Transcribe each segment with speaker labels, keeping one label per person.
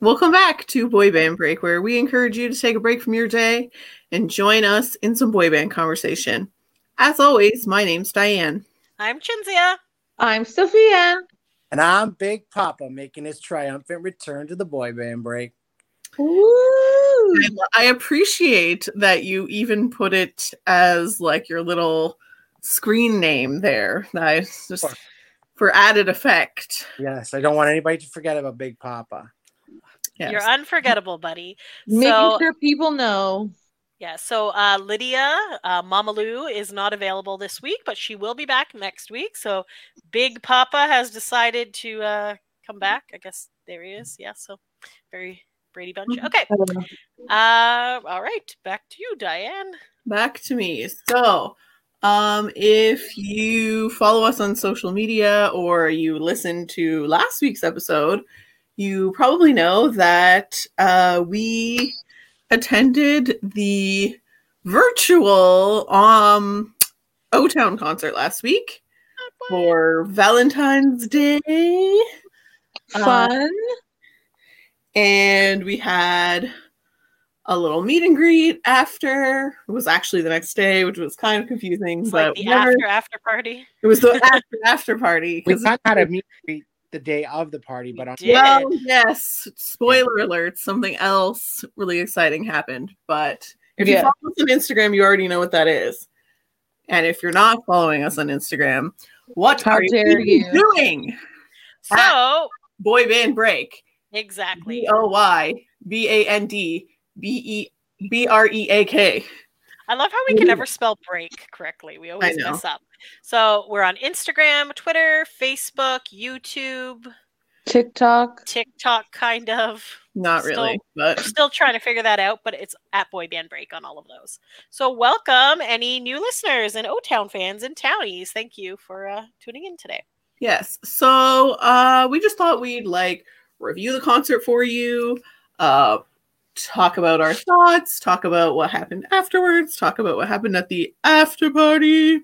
Speaker 1: Welcome back to Boy Band Break, where we encourage you to take a break from your day and join us in some boy band conversation. As always, my name's Diane.
Speaker 2: I'm Chinzia.
Speaker 3: I'm Sophia.
Speaker 4: And I'm Big Papa making his triumphant return to the boy band break.
Speaker 3: Ooh.
Speaker 1: I, I appreciate that you even put it as like your little screen name there. I just
Speaker 4: Sure.
Speaker 1: for added effect.
Speaker 4: Yes, I don't want anybody to forget about Big Papa.
Speaker 1: Yes.
Speaker 2: You're unforgettable, buddy.
Speaker 3: Making
Speaker 2: So-
Speaker 3: sure people know.
Speaker 2: Yeah. So uh, Lydia uh, Mama Lou is not available this week, but she will be back next week. So Big Papa has decided to uh, come back. I guess there he is. Yeah. So very Brady Bunch.
Speaker 1: Mhm.
Speaker 2: Okay. Uh, all right. Back to you, Diane.
Speaker 1: back to me. So, um, if you follow us on social media or you listen to last week's episode, you probably know that uh, we attended the virtual um O Town concert last week for Valentine's Day
Speaker 3: Fun.
Speaker 1: and we had a little meet and greet after. It was actually the next day, which was kind of confusing,
Speaker 2: It's
Speaker 1: but
Speaker 2: like the
Speaker 1: whatever.
Speaker 2: after after party.
Speaker 1: it was the after after party.
Speaker 4: We
Speaker 1: 'cause-
Speaker 4: kind of had a meet and greet the day of the party, but on
Speaker 2: We did.
Speaker 1: well, yes. Spoiler alert: something else really exciting happened. But if you
Speaker 3: Yeah.
Speaker 1: follow us on Instagram, you already know what that is. And if you're not following us on Instagram, what
Speaker 3: How
Speaker 1: are you,
Speaker 3: dare
Speaker 1: even
Speaker 3: you.
Speaker 1: doing?
Speaker 2: So
Speaker 1: Boy band break.
Speaker 2: exactly.
Speaker 1: B O Y B A N D B E B R E A K.
Speaker 2: I love how we can never spell break correctly. We always
Speaker 1: know.
Speaker 2: mess up. So we're on Instagram, Twitter, Facebook, YouTube,
Speaker 3: TikTok.
Speaker 2: TikTok, kind of.
Speaker 1: Not
Speaker 2: Still-
Speaker 1: really, but
Speaker 2: Still trying to figure that out, but it's at Boy Band Break on all of those. So welcome any new listeners and O Town fans and townies. Thank you for uh, tuning in today.
Speaker 1: yes. So uh we just thought we'd like review the concert for you, uh talk about our thoughts, talk about what happened afterwards, talk about what happened at the after party.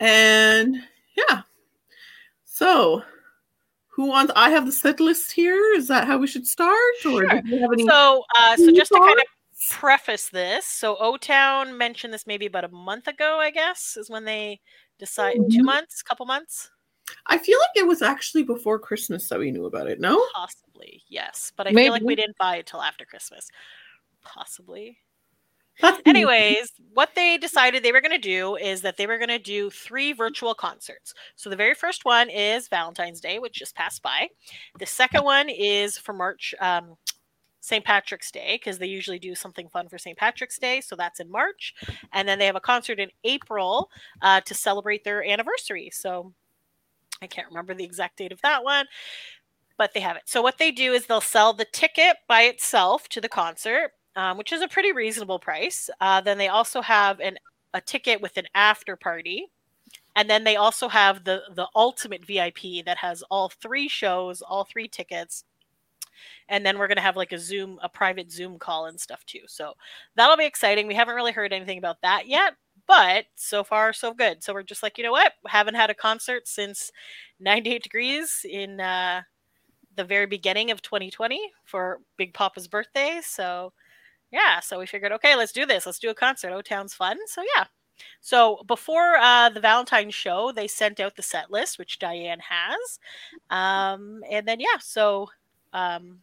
Speaker 1: And yeah. So who wants I have the set list here? Is that how we should start? Or
Speaker 2: Sure.
Speaker 1: do you have any
Speaker 2: So, uh, so
Speaker 1: Any
Speaker 2: just to kind of preface this, so O Town mentioned this maybe about a month ago, I guess, is when they decide two
Speaker 1: Mhm.
Speaker 2: months, couple months,
Speaker 1: I feel like it was actually before Christmas that we knew about it. No,
Speaker 2: possibly, yes. But I feel like we didn't buy it till after Christmas, possibly.
Speaker 1: That's
Speaker 2: Anyways, what they decided they were going to do is that they were going to do three virtual concerts. So the very first one is Valentine's Day, which just passed by. The second one is for March, um, St. Patrick's Day, because they usually do something fun for St. Patrick's Day. So that's in March. And then they have a concert in April uh, to celebrate their anniversary. So I can't remember the exact date of that one. But they have it. So what they do is they'll sell the ticket by itself to the concert, um, which is a pretty reasonable price. Uh, then they also have an a ticket with an after party, and then they also have the the ultimate VIP that has all three shows, all three tickets. And then we're gonna have like a Zoom, a private Zoom call and stuff too. So that'll be exciting. We haven't really heard anything about that yet, but so far so good. So we're just like, you know what? Haven't had a concert since 98 degrees in uh, the very beginning of 2020 for Big Papa's birthday. So yeah, so we figured, okay, let's do this. Let's do a concert. O Town's fun. So yeah. So before uh, the Valentine's show, they sent out the set list, which Diane has, um, and then yeah, so um,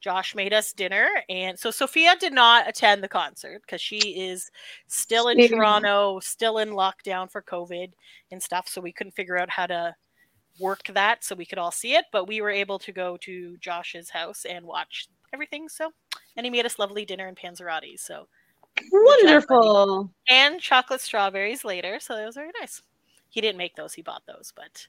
Speaker 2: Josh made us dinner, and so Sophia did not attend the concert because she is still in
Speaker 3: Yeah.
Speaker 2: Toronto, still in lockdown for COVID and stuff. So we couldn't figure out how to work that so we could all see it, but we were able to go to Josh's house and watch everything. So and he made us lovely dinner and panzerotti. So
Speaker 3: Wonderful.
Speaker 2: and chocolate strawberries later. So that was very nice. He didn't make those; he bought those. But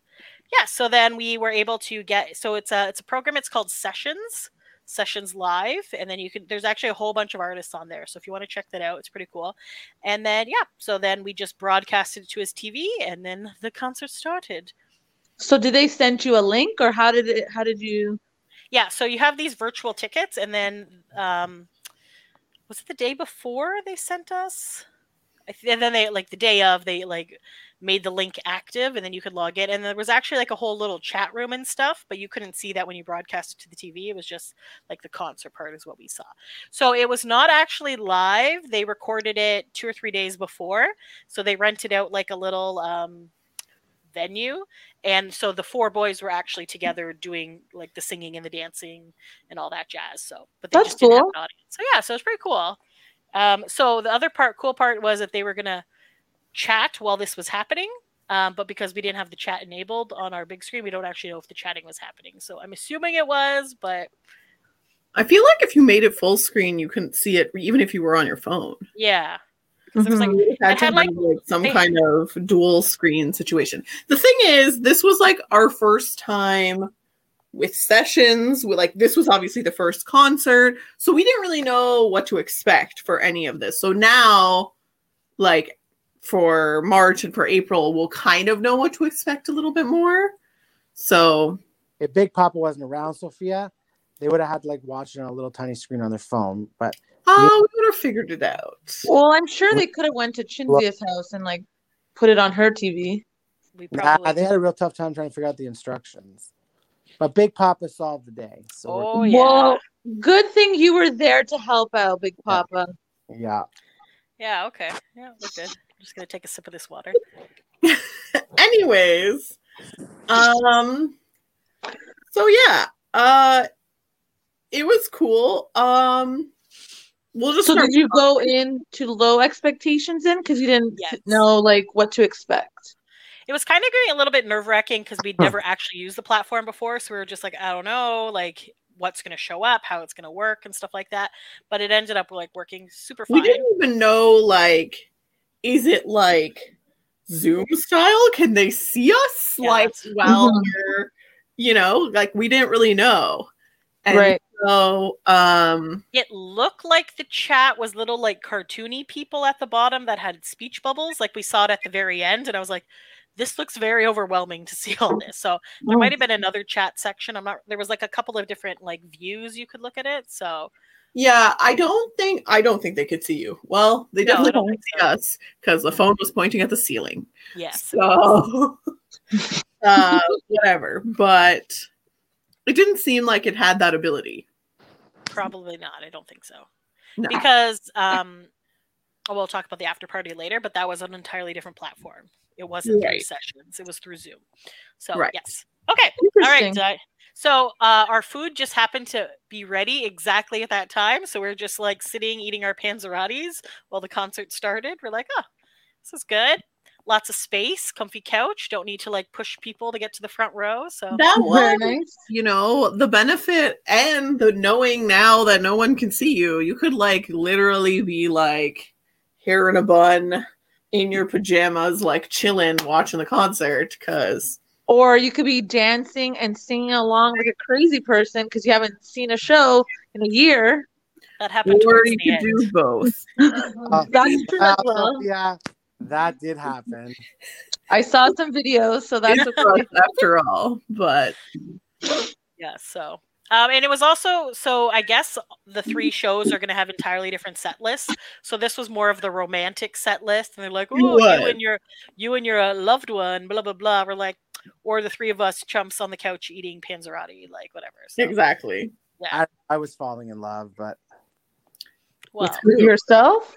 Speaker 2: yeah, so then we were able to get. So it's a it's a program. It's called Sessions Sessions Live, and then you can. There's actually a whole bunch of artists on there. So if you want to check that out, it's pretty cool. And then yeah, so then we just broadcasted it to his TV, and then the concert started.
Speaker 3: So did they send you a link or how did it how did you
Speaker 2: Yeah, so you have these virtual tickets, and then um, was it the day before they sent us I th- and then they like the day of they like made the link active and then you could log in and there was actually like a whole little chat room and stuff but you couldn't see that when you broadcast it to the tv it was just like the concert part is what we saw so it was not actually live they recorded it two or three days before so they rented out like a little um, venue and so the four boys were actually together doing like the singing and the dancing and all that jazz so but they
Speaker 3: That's
Speaker 2: just didn't have
Speaker 3: cool.
Speaker 2: an audience so yeah so it's pretty cool um, so the other part cool part was that they were gonna chat while this was happening um, but because we didn't have the chat enabled on our big screen we don't actually know if the chatting was happening so i'm assuming it was but
Speaker 1: I feel like if you made it full screen, you couldn't see it even if you were on your phone.
Speaker 2: yeah 'Cause there was, like,
Speaker 1: Mhm. It
Speaker 2: it
Speaker 1: had to
Speaker 2: had, like,
Speaker 1: be, like, some
Speaker 2: they-
Speaker 1: kind of dual screen situation. The thing is, this was like our first time with sessions. We, like this was obviously the first concert, so we didn't really know what to expect for any of this. So now, like for March and for April, we'll kind of know what to expect a little bit more. So
Speaker 4: If Big Papa wasn't around, Sophia, they would have had to like watch it on a little tiny screen on their phone. But
Speaker 1: uh, we would have figured it out.
Speaker 3: Well, I'm sure they could have went to Chinzia's house and like put it on her TV.
Speaker 2: we
Speaker 4: nah,
Speaker 2: probably
Speaker 4: they had a real tough time trying to figure out the instructions. But Big Papa solved the day. So
Speaker 2: oh yeah
Speaker 3: Well, good thing you were there to help out, Big Papa.
Speaker 4: yeah.
Speaker 2: yeah okay yeah we're good i'm just gonna take a sip of this water
Speaker 1: anyways um so yeah uh it was cool um we'll just
Speaker 3: So
Speaker 1: start-
Speaker 3: did you go in to low expectations then because you didn't
Speaker 2: Yes.
Speaker 3: know like what to expect?
Speaker 2: it was kind of getting a little bit nerve wracking because we'd never actually used the platform before. So we were just like, I don't know, like what's going to show up, how it's going to work, and stuff like that. But it ended up like working super
Speaker 1: we
Speaker 2: fine.
Speaker 1: didn't even know like is it like zoom style can they see us
Speaker 2: Yeah,
Speaker 1: like
Speaker 2: that's-
Speaker 1: while
Speaker 3: Mhm.
Speaker 1: we're you know like we didn't really know and so um
Speaker 2: It looked like the chat was little like cartoony people at the bottom that had speech bubbles. Like we saw it at the very end. And I was like, this looks very overwhelming to see all this. So
Speaker 1: Oh.
Speaker 2: there might have been another chat section. I'm not, there was like a couple of different like views you could look at it. So
Speaker 1: yeah i don't think i don't think they could see you well they
Speaker 2: No, I
Speaker 1: definitely
Speaker 2: don't
Speaker 1: don't
Speaker 2: think
Speaker 1: see
Speaker 2: so.
Speaker 1: us because the phone was pointing at the ceiling
Speaker 2: yes.
Speaker 1: So, uh, whatever. But it didn't seem like it had that ability.
Speaker 2: Probably not. I don't think so.
Speaker 1: No.
Speaker 2: Because um oh, we'll talk about the after party later, but that was an entirely different platform. It wasn't through
Speaker 1: Right.
Speaker 2: sessions. It was through Zoom. So
Speaker 1: Right.
Speaker 2: yes. Okay. All right.
Speaker 3: Interesting.
Speaker 2: Di. So uh, our food just happened to be ready exactly at that time. So we're just like sitting eating our panzerottis while the concert started. We're like, oh, this is good. Lots of space, comfy couch. Don't need to like push people to get to the front row. So
Speaker 1: That
Speaker 3: Very
Speaker 1: was,
Speaker 3: nice.
Speaker 1: you know, the benefit and the knowing now that no one can see you. You could, like, literally be like hair in a bun in your pajamas, like chilling, watching the concert because.
Speaker 3: Or you could be dancing and singing along like a crazy person because you haven't seen a show in a year.
Speaker 2: that happened
Speaker 1: Or
Speaker 2: towards
Speaker 1: you
Speaker 2: the
Speaker 1: could
Speaker 2: end.
Speaker 1: do both. Uh,
Speaker 3: That's true
Speaker 4: Wow,
Speaker 3: as well.
Speaker 4: Sophia, that did happen.
Speaker 3: I saw some videos, so that's okay.
Speaker 1: after all. But
Speaker 2: Yeah, so um, and it was also so I guess the
Speaker 1: Mm-hmm.
Speaker 2: three shows are going to have entirely different set lists. So this was more of the romantic set list, and they're like, "Oh, you
Speaker 1: was.
Speaker 2: and your you and your uh, loved one, blah blah blah." We're like, or the three of us chumps on the couch eating panzerotti, like whatever. So,
Speaker 1: exactly.
Speaker 4: I, I was falling in love, but
Speaker 2: Well,
Speaker 3: With yourself?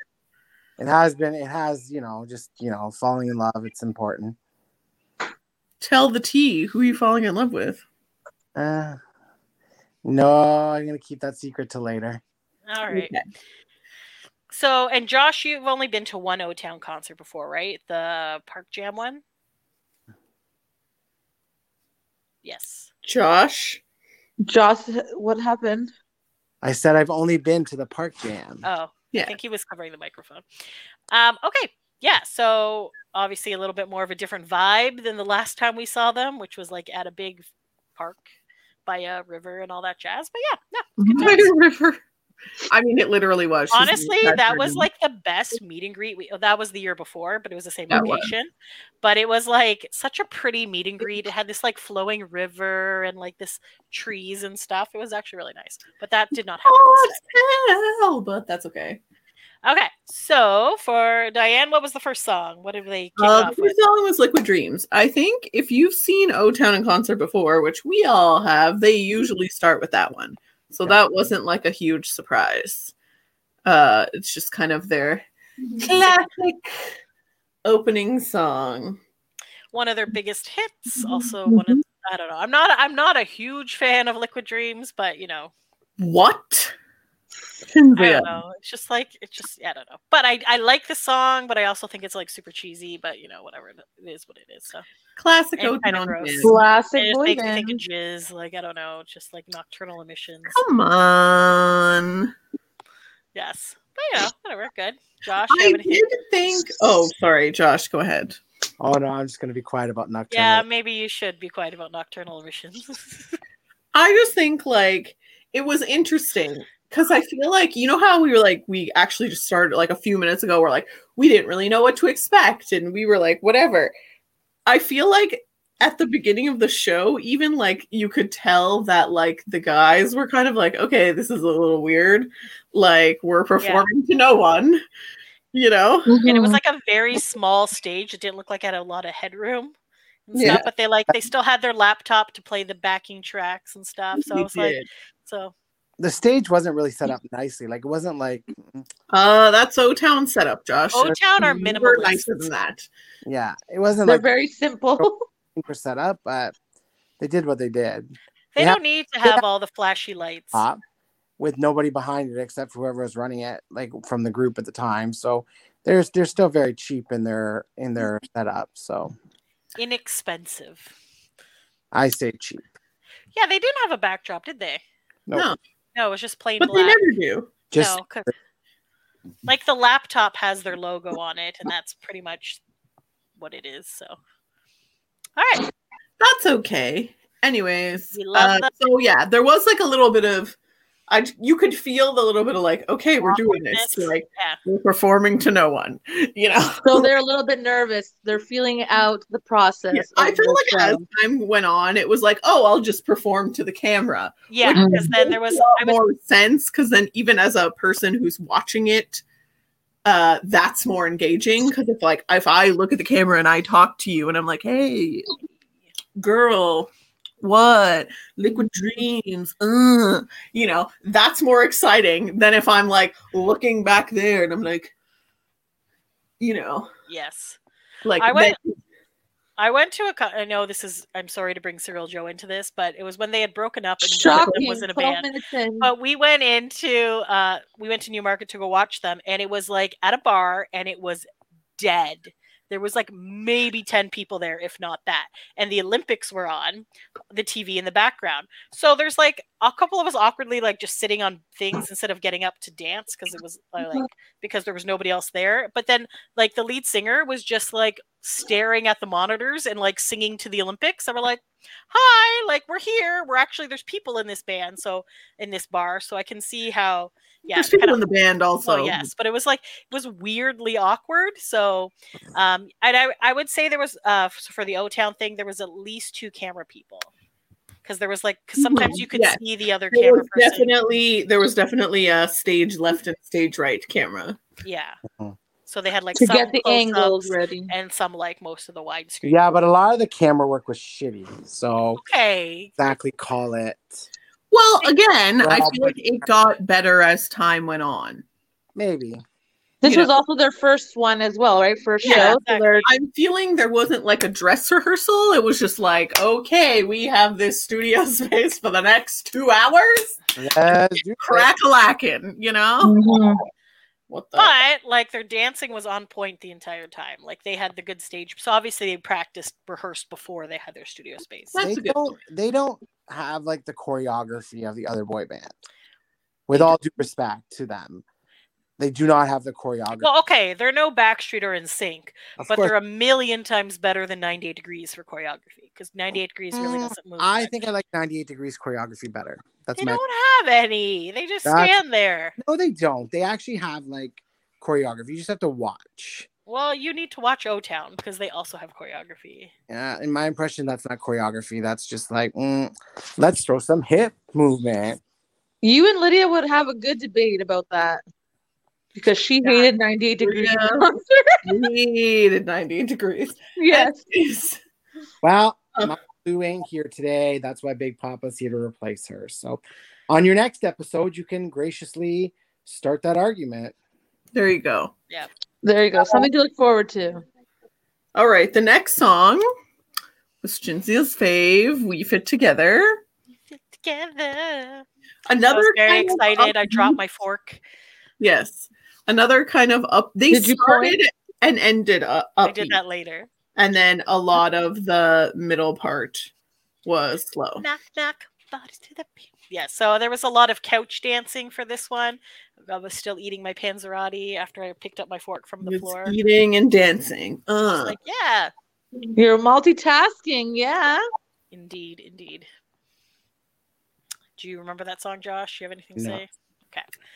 Speaker 4: it has been it has, you know, just you know, falling in love, it's important.
Speaker 1: Tell the T who you falling in love with.
Speaker 4: Uh, no, I'm gonna keep that secret till later.
Speaker 2: all right. So and Josh, you've only been to one O Town concert before, right? The Park Jam one. Yes.
Speaker 1: Josh.
Speaker 3: Josh, what happened?
Speaker 4: I said I've only been to the park jam.
Speaker 2: Oh, I
Speaker 1: Yeah.
Speaker 2: think he was covering the microphone. Um, okay, yeah. So obviously a little bit more of a different vibe than the last time we saw them, which was like at a big park by a river and all that jazz. But yeah, no,
Speaker 1: By the river. I mean, it literally was. She's
Speaker 2: Mm-hmm. honestly,
Speaker 1: in
Speaker 2: that was
Speaker 1: Saturn.
Speaker 2: like the best meet and greet. We, oh, that was the year before, but it was the same
Speaker 1: That was.
Speaker 2: location. But it was like such a pretty meet and greet. It had this like flowing river and like this trees and stuff. It was actually really nice. But that did not happen. this
Speaker 1: Oh,
Speaker 2: time.
Speaker 1: it's hell, but that's okay.
Speaker 2: Okay, so for Diane, what was the first song? What did they kick
Speaker 1: Uh, the
Speaker 2: off with?
Speaker 1: first song was Liquid Dreams. I think if you've seen O Town in concert before, which we all have, they
Speaker 2: Mm-hmm.
Speaker 1: usually start with that one. So
Speaker 4: Yeah.
Speaker 1: that wasn't like a huge surprise. Uh, it's just kind of their classic opening song.
Speaker 2: One of their biggest hits. Also, one of I don't know. I'm not. I'm not a huge fan of Liquid Dreams, but you know,
Speaker 1: What?
Speaker 2: I
Speaker 1: Cynthia.
Speaker 2: don't know. It's just like it's just I don't know. But I I like the song, but I also think it's like super cheesy. But you know, whatever it is, what it is. So
Speaker 1: Classic
Speaker 2: And
Speaker 1: O
Speaker 2: kinda
Speaker 1: Town.
Speaker 2: gross.
Speaker 1: band.
Speaker 3: Classic
Speaker 2: it just
Speaker 3: boy
Speaker 2: makes me think of
Speaker 3: band.
Speaker 2: jizz. Like I don't know, just like nocturnal emissions.
Speaker 1: Come on.
Speaker 2: Yes, but you know, whatever. Good. Josh, you
Speaker 1: I
Speaker 2: have anything?
Speaker 1: did think. Oh, sorry, Josh. Go ahead.
Speaker 4: Oh no, I'm just gonna be quiet about Nocturnal.
Speaker 2: Yeah, maybe you should be quiet about nocturnal emissions.
Speaker 1: I just think like it was interesting because I feel like you know how we were like we actually just started like a few minutes ago. We're like we didn't really know what to expect, and we were like whatever. I feel like at the beginning of the show, even like you could tell that like the guys were kind of like, okay, this is a little weird. Like we're performing to no one, you know.
Speaker 2: and it was like a very small stage. It didn't look like it had a lot of headroom and
Speaker 1: Yeah.
Speaker 2: stuff. But they like they still had their laptop to play the backing tracks and stuff. So I
Speaker 1: They
Speaker 2: was like,
Speaker 1: did.
Speaker 2: so
Speaker 4: The stage wasn't really set up nicely. Like it wasn't like
Speaker 1: uh, that's O Town setup, Josh.
Speaker 2: O Town are
Speaker 1: You were nicer
Speaker 2: minimalist.
Speaker 1: than that.
Speaker 4: yeah, it wasn't
Speaker 3: They're
Speaker 4: like
Speaker 3: very
Speaker 1: Oh.
Speaker 3: simple.
Speaker 4: things were set up, but they did what they did.
Speaker 2: They
Speaker 4: They
Speaker 2: don't need to
Speaker 4: they
Speaker 2: have all the flashy lights.
Speaker 4: Pop with nobody behind it except for whoever was running it, like from the group at the time. So they're they're still very cheap in their in their setup. So
Speaker 2: Inexpensive.
Speaker 4: I say cheap.
Speaker 2: Yeah, they didn't have a backdrop, did they?
Speaker 4: Nope.
Speaker 1: No.
Speaker 2: No, it was just plain
Speaker 1: But they
Speaker 2: black.
Speaker 1: never do.
Speaker 4: Just
Speaker 2: no, 'cause- like the laptop has their logo on it, and that's pretty much what it is. So, all right.
Speaker 1: that's okay. Anyways,
Speaker 2: We love
Speaker 1: uh, so yeah, there was like a little bit of, I you could feel the little bit of like, okay, we're doing this,
Speaker 2: Awkwardness.
Speaker 1: like
Speaker 2: Yeah.
Speaker 1: we're performing to no one, you know.
Speaker 3: so they're a little bit nervous. They're feeling out the process.
Speaker 1: Yeah, I
Speaker 3: of
Speaker 1: feel
Speaker 3: the
Speaker 1: like as
Speaker 3: show.
Speaker 1: time went on, it was like, oh, I'll just perform to the camera.
Speaker 2: Yeah,
Speaker 3: Which-
Speaker 2: because then there
Speaker 1: Makes
Speaker 2: was
Speaker 1: a lot
Speaker 2: I was
Speaker 1: more sense because then even as a person who's watching it, uh, that's more engaging because if like if I look at the camera and I talk to you and I'm like, hey, girl what liquid dreams uh, you know that's more exciting than if i'm like looking back there and i'm like you know
Speaker 2: yes.
Speaker 1: like
Speaker 2: I went-
Speaker 1: then-
Speaker 2: I went to a. co- I know this is. I'm sorry to bring Cyril Joe into this, but it was when they had broken up and one of them
Speaker 3: Shocking.
Speaker 2: was in a
Speaker 3: 12
Speaker 2: band.
Speaker 3: minutes in.
Speaker 2: But we went into uh, we went to Newmarket to go watch them, and it was like at a bar, and it was dead. There was like maybe ten people there, if not that. And the Olympics were on the TV in the background, so there's like a couple of us awkwardly like just sitting on things instead of getting up to dance because it was uh, like because there was nobody else there. But then like the lead singer was just like staring at the monitors and like singing to the Olympics. And we're like, hi, like we're here. We're actually there's people in this band, so in this bar. So I can see how yeah,
Speaker 1: there's people
Speaker 2: kinda-
Speaker 1: in the band also
Speaker 2: well, yes, but it was like it was weirdly awkward. So, um, and I I would say there was uh f- for the O Town thing there was at least two camera people because there was like because sometimes you could
Speaker 1: Mm-hmm. yes.
Speaker 2: see the other
Speaker 1: there
Speaker 2: camera
Speaker 1: was
Speaker 2: person.
Speaker 1: definitely there was definitely a stage left and stage right camera
Speaker 2: Yeah,
Speaker 4: Mhm.
Speaker 2: so they had like
Speaker 3: to
Speaker 2: some
Speaker 3: get the
Speaker 2: close-ups
Speaker 3: angles ready.
Speaker 2: and some like most of the widescreen.
Speaker 4: yeah, but a lot of the camera work was shitty. So
Speaker 2: Okay,
Speaker 4: exactly call it
Speaker 1: well again i
Speaker 4: Well,
Speaker 1: feel like it got better as time went on
Speaker 4: maybe.
Speaker 3: This
Speaker 1: you
Speaker 3: was also their first one as well, right? First
Speaker 2: Yeah,
Speaker 3: show.
Speaker 2: exactly.
Speaker 3: So they're
Speaker 1: I'm feeling there wasn't like a dress rehearsal. It was just like, okay, we have this studio space for the next two hours.
Speaker 4: Let's do it.
Speaker 1: Crack a lacking, you know?
Speaker 3: Mm-hmm.
Speaker 1: What
Speaker 4: Uh,
Speaker 1: the?
Speaker 2: but like their dancing was on point the entire time. Like they had the good stage. So obviously they practiced, rehearsed before they had their studio space.
Speaker 1: That's
Speaker 4: they
Speaker 1: a good
Speaker 4: don't they don't have like the choreography of the other boy band. With all due respect to them, they do not have the choreography.
Speaker 2: Well, okay, they're no Backstreet or in sync,
Speaker 4: of
Speaker 2: but
Speaker 4: course,
Speaker 2: they're a million times better than 98 Degrees for choreography because 98 Degrees really
Speaker 4: Mm,
Speaker 2: doesn't move.
Speaker 4: I
Speaker 2: much.
Speaker 4: think I like 98 degrees choreography better. That's
Speaker 2: they
Speaker 4: my
Speaker 2: don't have any. They just
Speaker 4: That's-
Speaker 2: stand there.
Speaker 4: No, they don't. They actually have like choreography. You just have to watch.
Speaker 2: Well, you need to watch O Town because they also have choreography.
Speaker 4: Yeah, in my impression, that's not choreography. That's just like, mm, let's throw some hip movement.
Speaker 3: You and Lydia would have a good debate about that. because she
Speaker 2: Yeah.
Speaker 3: hated 98 degrees.
Speaker 1: Yeah.
Speaker 3: concert.
Speaker 1: Needed 98 degrees.
Speaker 3: yes.
Speaker 1: Yes.
Speaker 4: Well,
Speaker 1: Um.
Speaker 4: Mama Lou ain't here today. That's why Big Papa's here to replace her. So, on your next episode, you can graciously start that argument.
Speaker 1: There you go.
Speaker 3: There you go. Something to look forward to.
Speaker 1: All right, the next song was Jinziel's fave, We Fit Together.
Speaker 2: Together. I
Speaker 1: Another
Speaker 2: was very
Speaker 1: kind of
Speaker 2: excited. I
Speaker 1: upbeat-
Speaker 2: dropped my fork.
Speaker 1: Yes. Another kind of up they
Speaker 3: Did you
Speaker 1: started and ended up
Speaker 2: I did that later.
Speaker 1: and then a lot of the middle part was slow.
Speaker 2: Knock, knock, bodies to the. p- Yeah, so there was a lot of couch dancing for this one. I was still eating my panzerotti after I picked up my fork from the
Speaker 1: It's
Speaker 2: floor.
Speaker 1: eating and dancing.
Speaker 2: I was
Speaker 1: Uh,
Speaker 2: like, yeah,
Speaker 3: You're multitasking. Yeah.
Speaker 2: indeed, indeed. Do you remember that song, Josh? You have anything to
Speaker 4: No.
Speaker 2: say?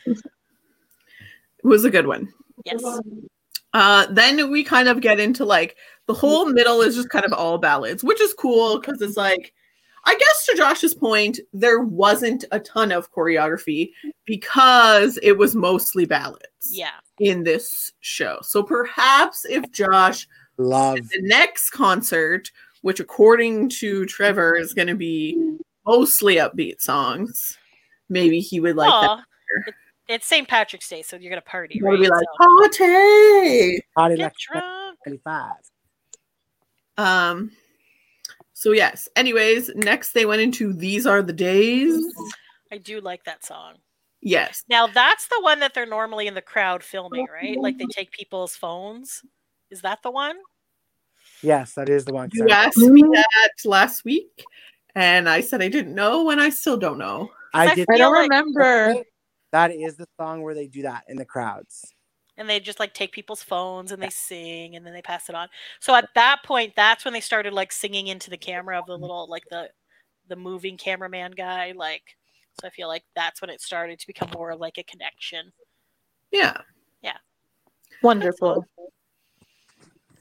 Speaker 1: it was a good one.
Speaker 2: Yes.
Speaker 1: Uh, then we kind of get into like the whole middle is just kind of all ballads, which is cool because it's like, I guess to Josh's point, there wasn't a ton of choreography because it was mostly ballads
Speaker 2: Yeah.
Speaker 1: in this show. So perhaps if Josh
Speaker 4: Love.
Speaker 1: at the next concert, which according to Trevor is going to be mostly upbeat songs, maybe he would like that.
Speaker 2: Aw, it- it's St. Patrick's Day, so you're going to party,
Speaker 1: He
Speaker 2: right?
Speaker 1: would be like,
Speaker 2: So,
Speaker 1: party.
Speaker 4: Party
Speaker 2: get
Speaker 4: like
Speaker 2: drunk.
Speaker 4: 25.
Speaker 1: Um so yes. Anyways, next they went into these are the days.
Speaker 2: I do like that song.
Speaker 1: Yes.
Speaker 2: Now that's the one that they're normally in the crowd filming, right? Like they take people's phones. Is that the one?
Speaker 4: Yes, that is the one.
Speaker 1: You asked me that last week and I said I didn't know and I still don't know.
Speaker 4: I did.
Speaker 3: I
Speaker 2: Feel
Speaker 3: don't
Speaker 2: like-
Speaker 3: remember.
Speaker 4: That is the song where they do that in the crowds.
Speaker 2: And they just like take people's phones and they sing and then they pass it on. So at that point, that's when they started like singing into the camera of the
Speaker 1: Mm-hmm.
Speaker 2: little like the the moving cameraman guy. Like so I feel like that's when it started to become more of like a connection.
Speaker 1: Yeah.
Speaker 3: Wonderful.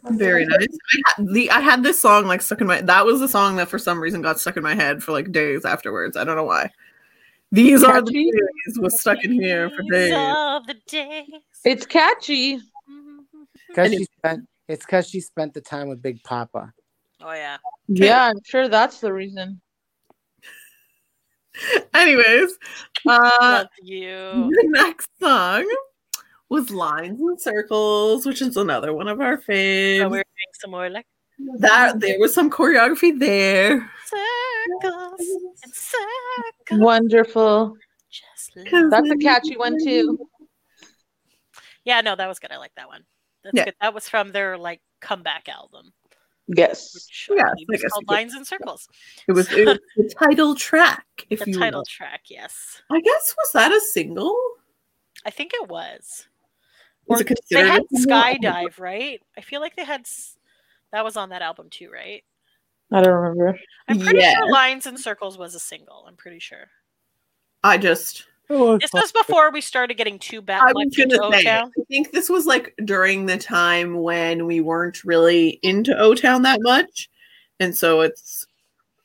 Speaker 1: Very nice. I had the I had this song like stuck in my that was the song that for some reason got stuck in my head for like days afterwards. I don't know why. These are the
Speaker 3: Catchy.
Speaker 1: days was stuck in here for
Speaker 2: Days
Speaker 1: days.
Speaker 2: of the days.
Speaker 3: It's catchy.
Speaker 2: Mhm.
Speaker 4: Because
Speaker 1: And
Speaker 4: she spent. It's because she spent the time with Big Papa.
Speaker 2: Oh yeah.
Speaker 3: Yeah, I'm sure that's the reason.
Speaker 1: Anyways, uh
Speaker 2: Love you.
Speaker 1: the next song was Lines and Circles, which is another one of our
Speaker 2: So
Speaker 3: Oh,
Speaker 1: faves.
Speaker 2: we're doing some more like
Speaker 1: that there was some choreography there
Speaker 2: circles and circles.
Speaker 3: Wonderful.
Speaker 2: Just
Speaker 1: Cause-
Speaker 2: like-
Speaker 3: That's a catchy one too.
Speaker 2: yeah, no, that was good. I like that one. That's
Speaker 1: Yeah.
Speaker 2: good. That was from their like comeback album,
Speaker 3: Yes.
Speaker 2: which
Speaker 1: Yeah,
Speaker 2: I
Speaker 1: it's
Speaker 2: believe
Speaker 1: like
Speaker 2: is
Speaker 1: a
Speaker 2: called
Speaker 1: secret-
Speaker 2: Lines and Circles.
Speaker 1: it was, it was the title track if
Speaker 2: The
Speaker 1: you
Speaker 2: title
Speaker 1: will.
Speaker 2: track, yes.
Speaker 1: i guess was that a single
Speaker 2: I think it was.
Speaker 1: was
Speaker 2: Or
Speaker 1: it
Speaker 2: They
Speaker 1: considered
Speaker 2: had
Speaker 1: a single?
Speaker 2: Skydive, right? I feel like they had s- that was on that album too, right?
Speaker 3: I don't remember.
Speaker 2: I'm pretty
Speaker 1: Yes.
Speaker 2: sure Lines and Circles was a single. I'm pretty sure.
Speaker 1: i just
Speaker 4: Oh,
Speaker 2: This was before we started getting too bad.
Speaker 1: i was gonna say i think this was like during the time when we weren't really into o-town that much and so it's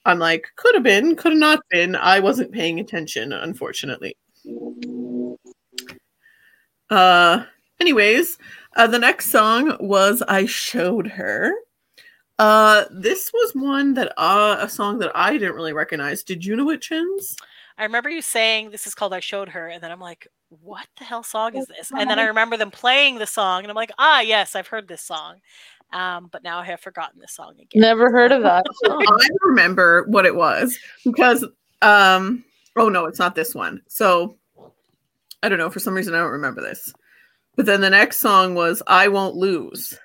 Speaker 1: i'm like could have been could have not been i wasn't paying attention unfortunately uh anyways uh, the next song was i showed her uh this was one that uh a song that i didn't really recognize did you know it chins
Speaker 2: I remember you saying this is called I Showed Her, and then I'm like, what the hell song is this? And then I remember them playing the song, and I'm like, ah, yes, I've heard this song. Um, but now I have forgotten this song again.
Speaker 3: Never heard of that.
Speaker 1: I remember what it was because um oh no, it's not this one. So I don't know, for some reason I don't remember this. But then the next song was I Won't Lose.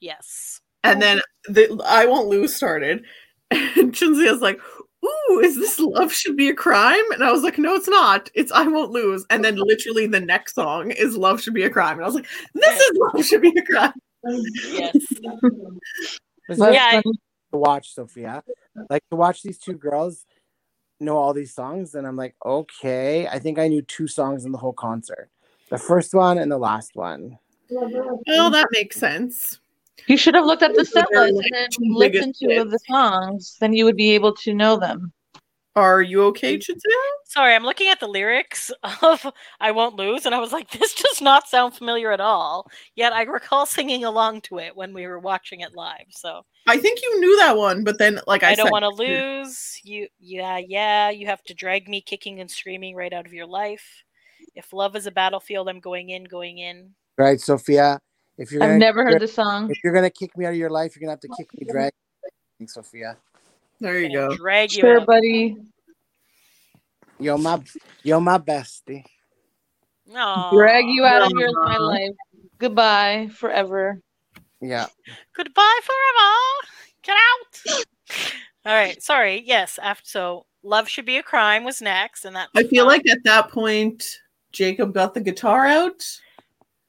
Speaker 2: Yes.
Speaker 1: And then the I Won't Lose started. And Chinzia was like, Ooh, is this love should be a crime? And I was like, No, it's not. It's I Won't Lose. And then literally the next song is Love Should Be a Crime. And I was like, This is Love Should Be a Crime.
Speaker 2: Yes.
Speaker 4: was
Speaker 3: That's
Speaker 2: Yeah, I-
Speaker 3: funny.
Speaker 4: to watch Sophia. Like to watch these two girls know all these songs, and I'm like, okay, I think I knew two songs in the whole concert, the first one and the last one.
Speaker 1: Well, that makes sense.
Speaker 3: You should have looked up the set
Speaker 1: They're
Speaker 3: list
Speaker 1: like
Speaker 3: and
Speaker 1: two
Speaker 3: listened
Speaker 1: biggest
Speaker 3: to the songs. Then you would be able to know them.
Speaker 1: Are you okay, Chidzu?
Speaker 2: Sorry, I'm looking at the lyrics of I Won't Lose, and I was like, this does not sound familiar at all. Yet I recall singing along to it when we were watching it live. So
Speaker 1: I think you knew that one, but then like I,
Speaker 2: I don't
Speaker 1: said-
Speaker 2: want to lose. You, yeah, yeah. You have to drag me kicking and screaming right out of your life. If love is a battlefield, I'm going in, going in.
Speaker 4: Right, Sophia. If you're gonna,
Speaker 3: I've never heard the song.
Speaker 4: if you're gonna kick me out of your life, you're gonna have to kick me drag. me, Sophia.
Speaker 1: There you
Speaker 2: Gonna
Speaker 1: go.
Speaker 2: Drag you.
Speaker 3: Sure,
Speaker 2: out.
Speaker 3: buddy.
Speaker 4: You're my you're my bestie.
Speaker 2: Aw,
Speaker 3: Drag you out of
Speaker 1: Aw.
Speaker 3: your my life. Goodbye forever.
Speaker 4: Yeah.
Speaker 2: Goodbye forever. Get out. all right. Sorry. Yes. After so, love should be a crime was next, and that
Speaker 1: I feel like at that point Jacob got the guitar out.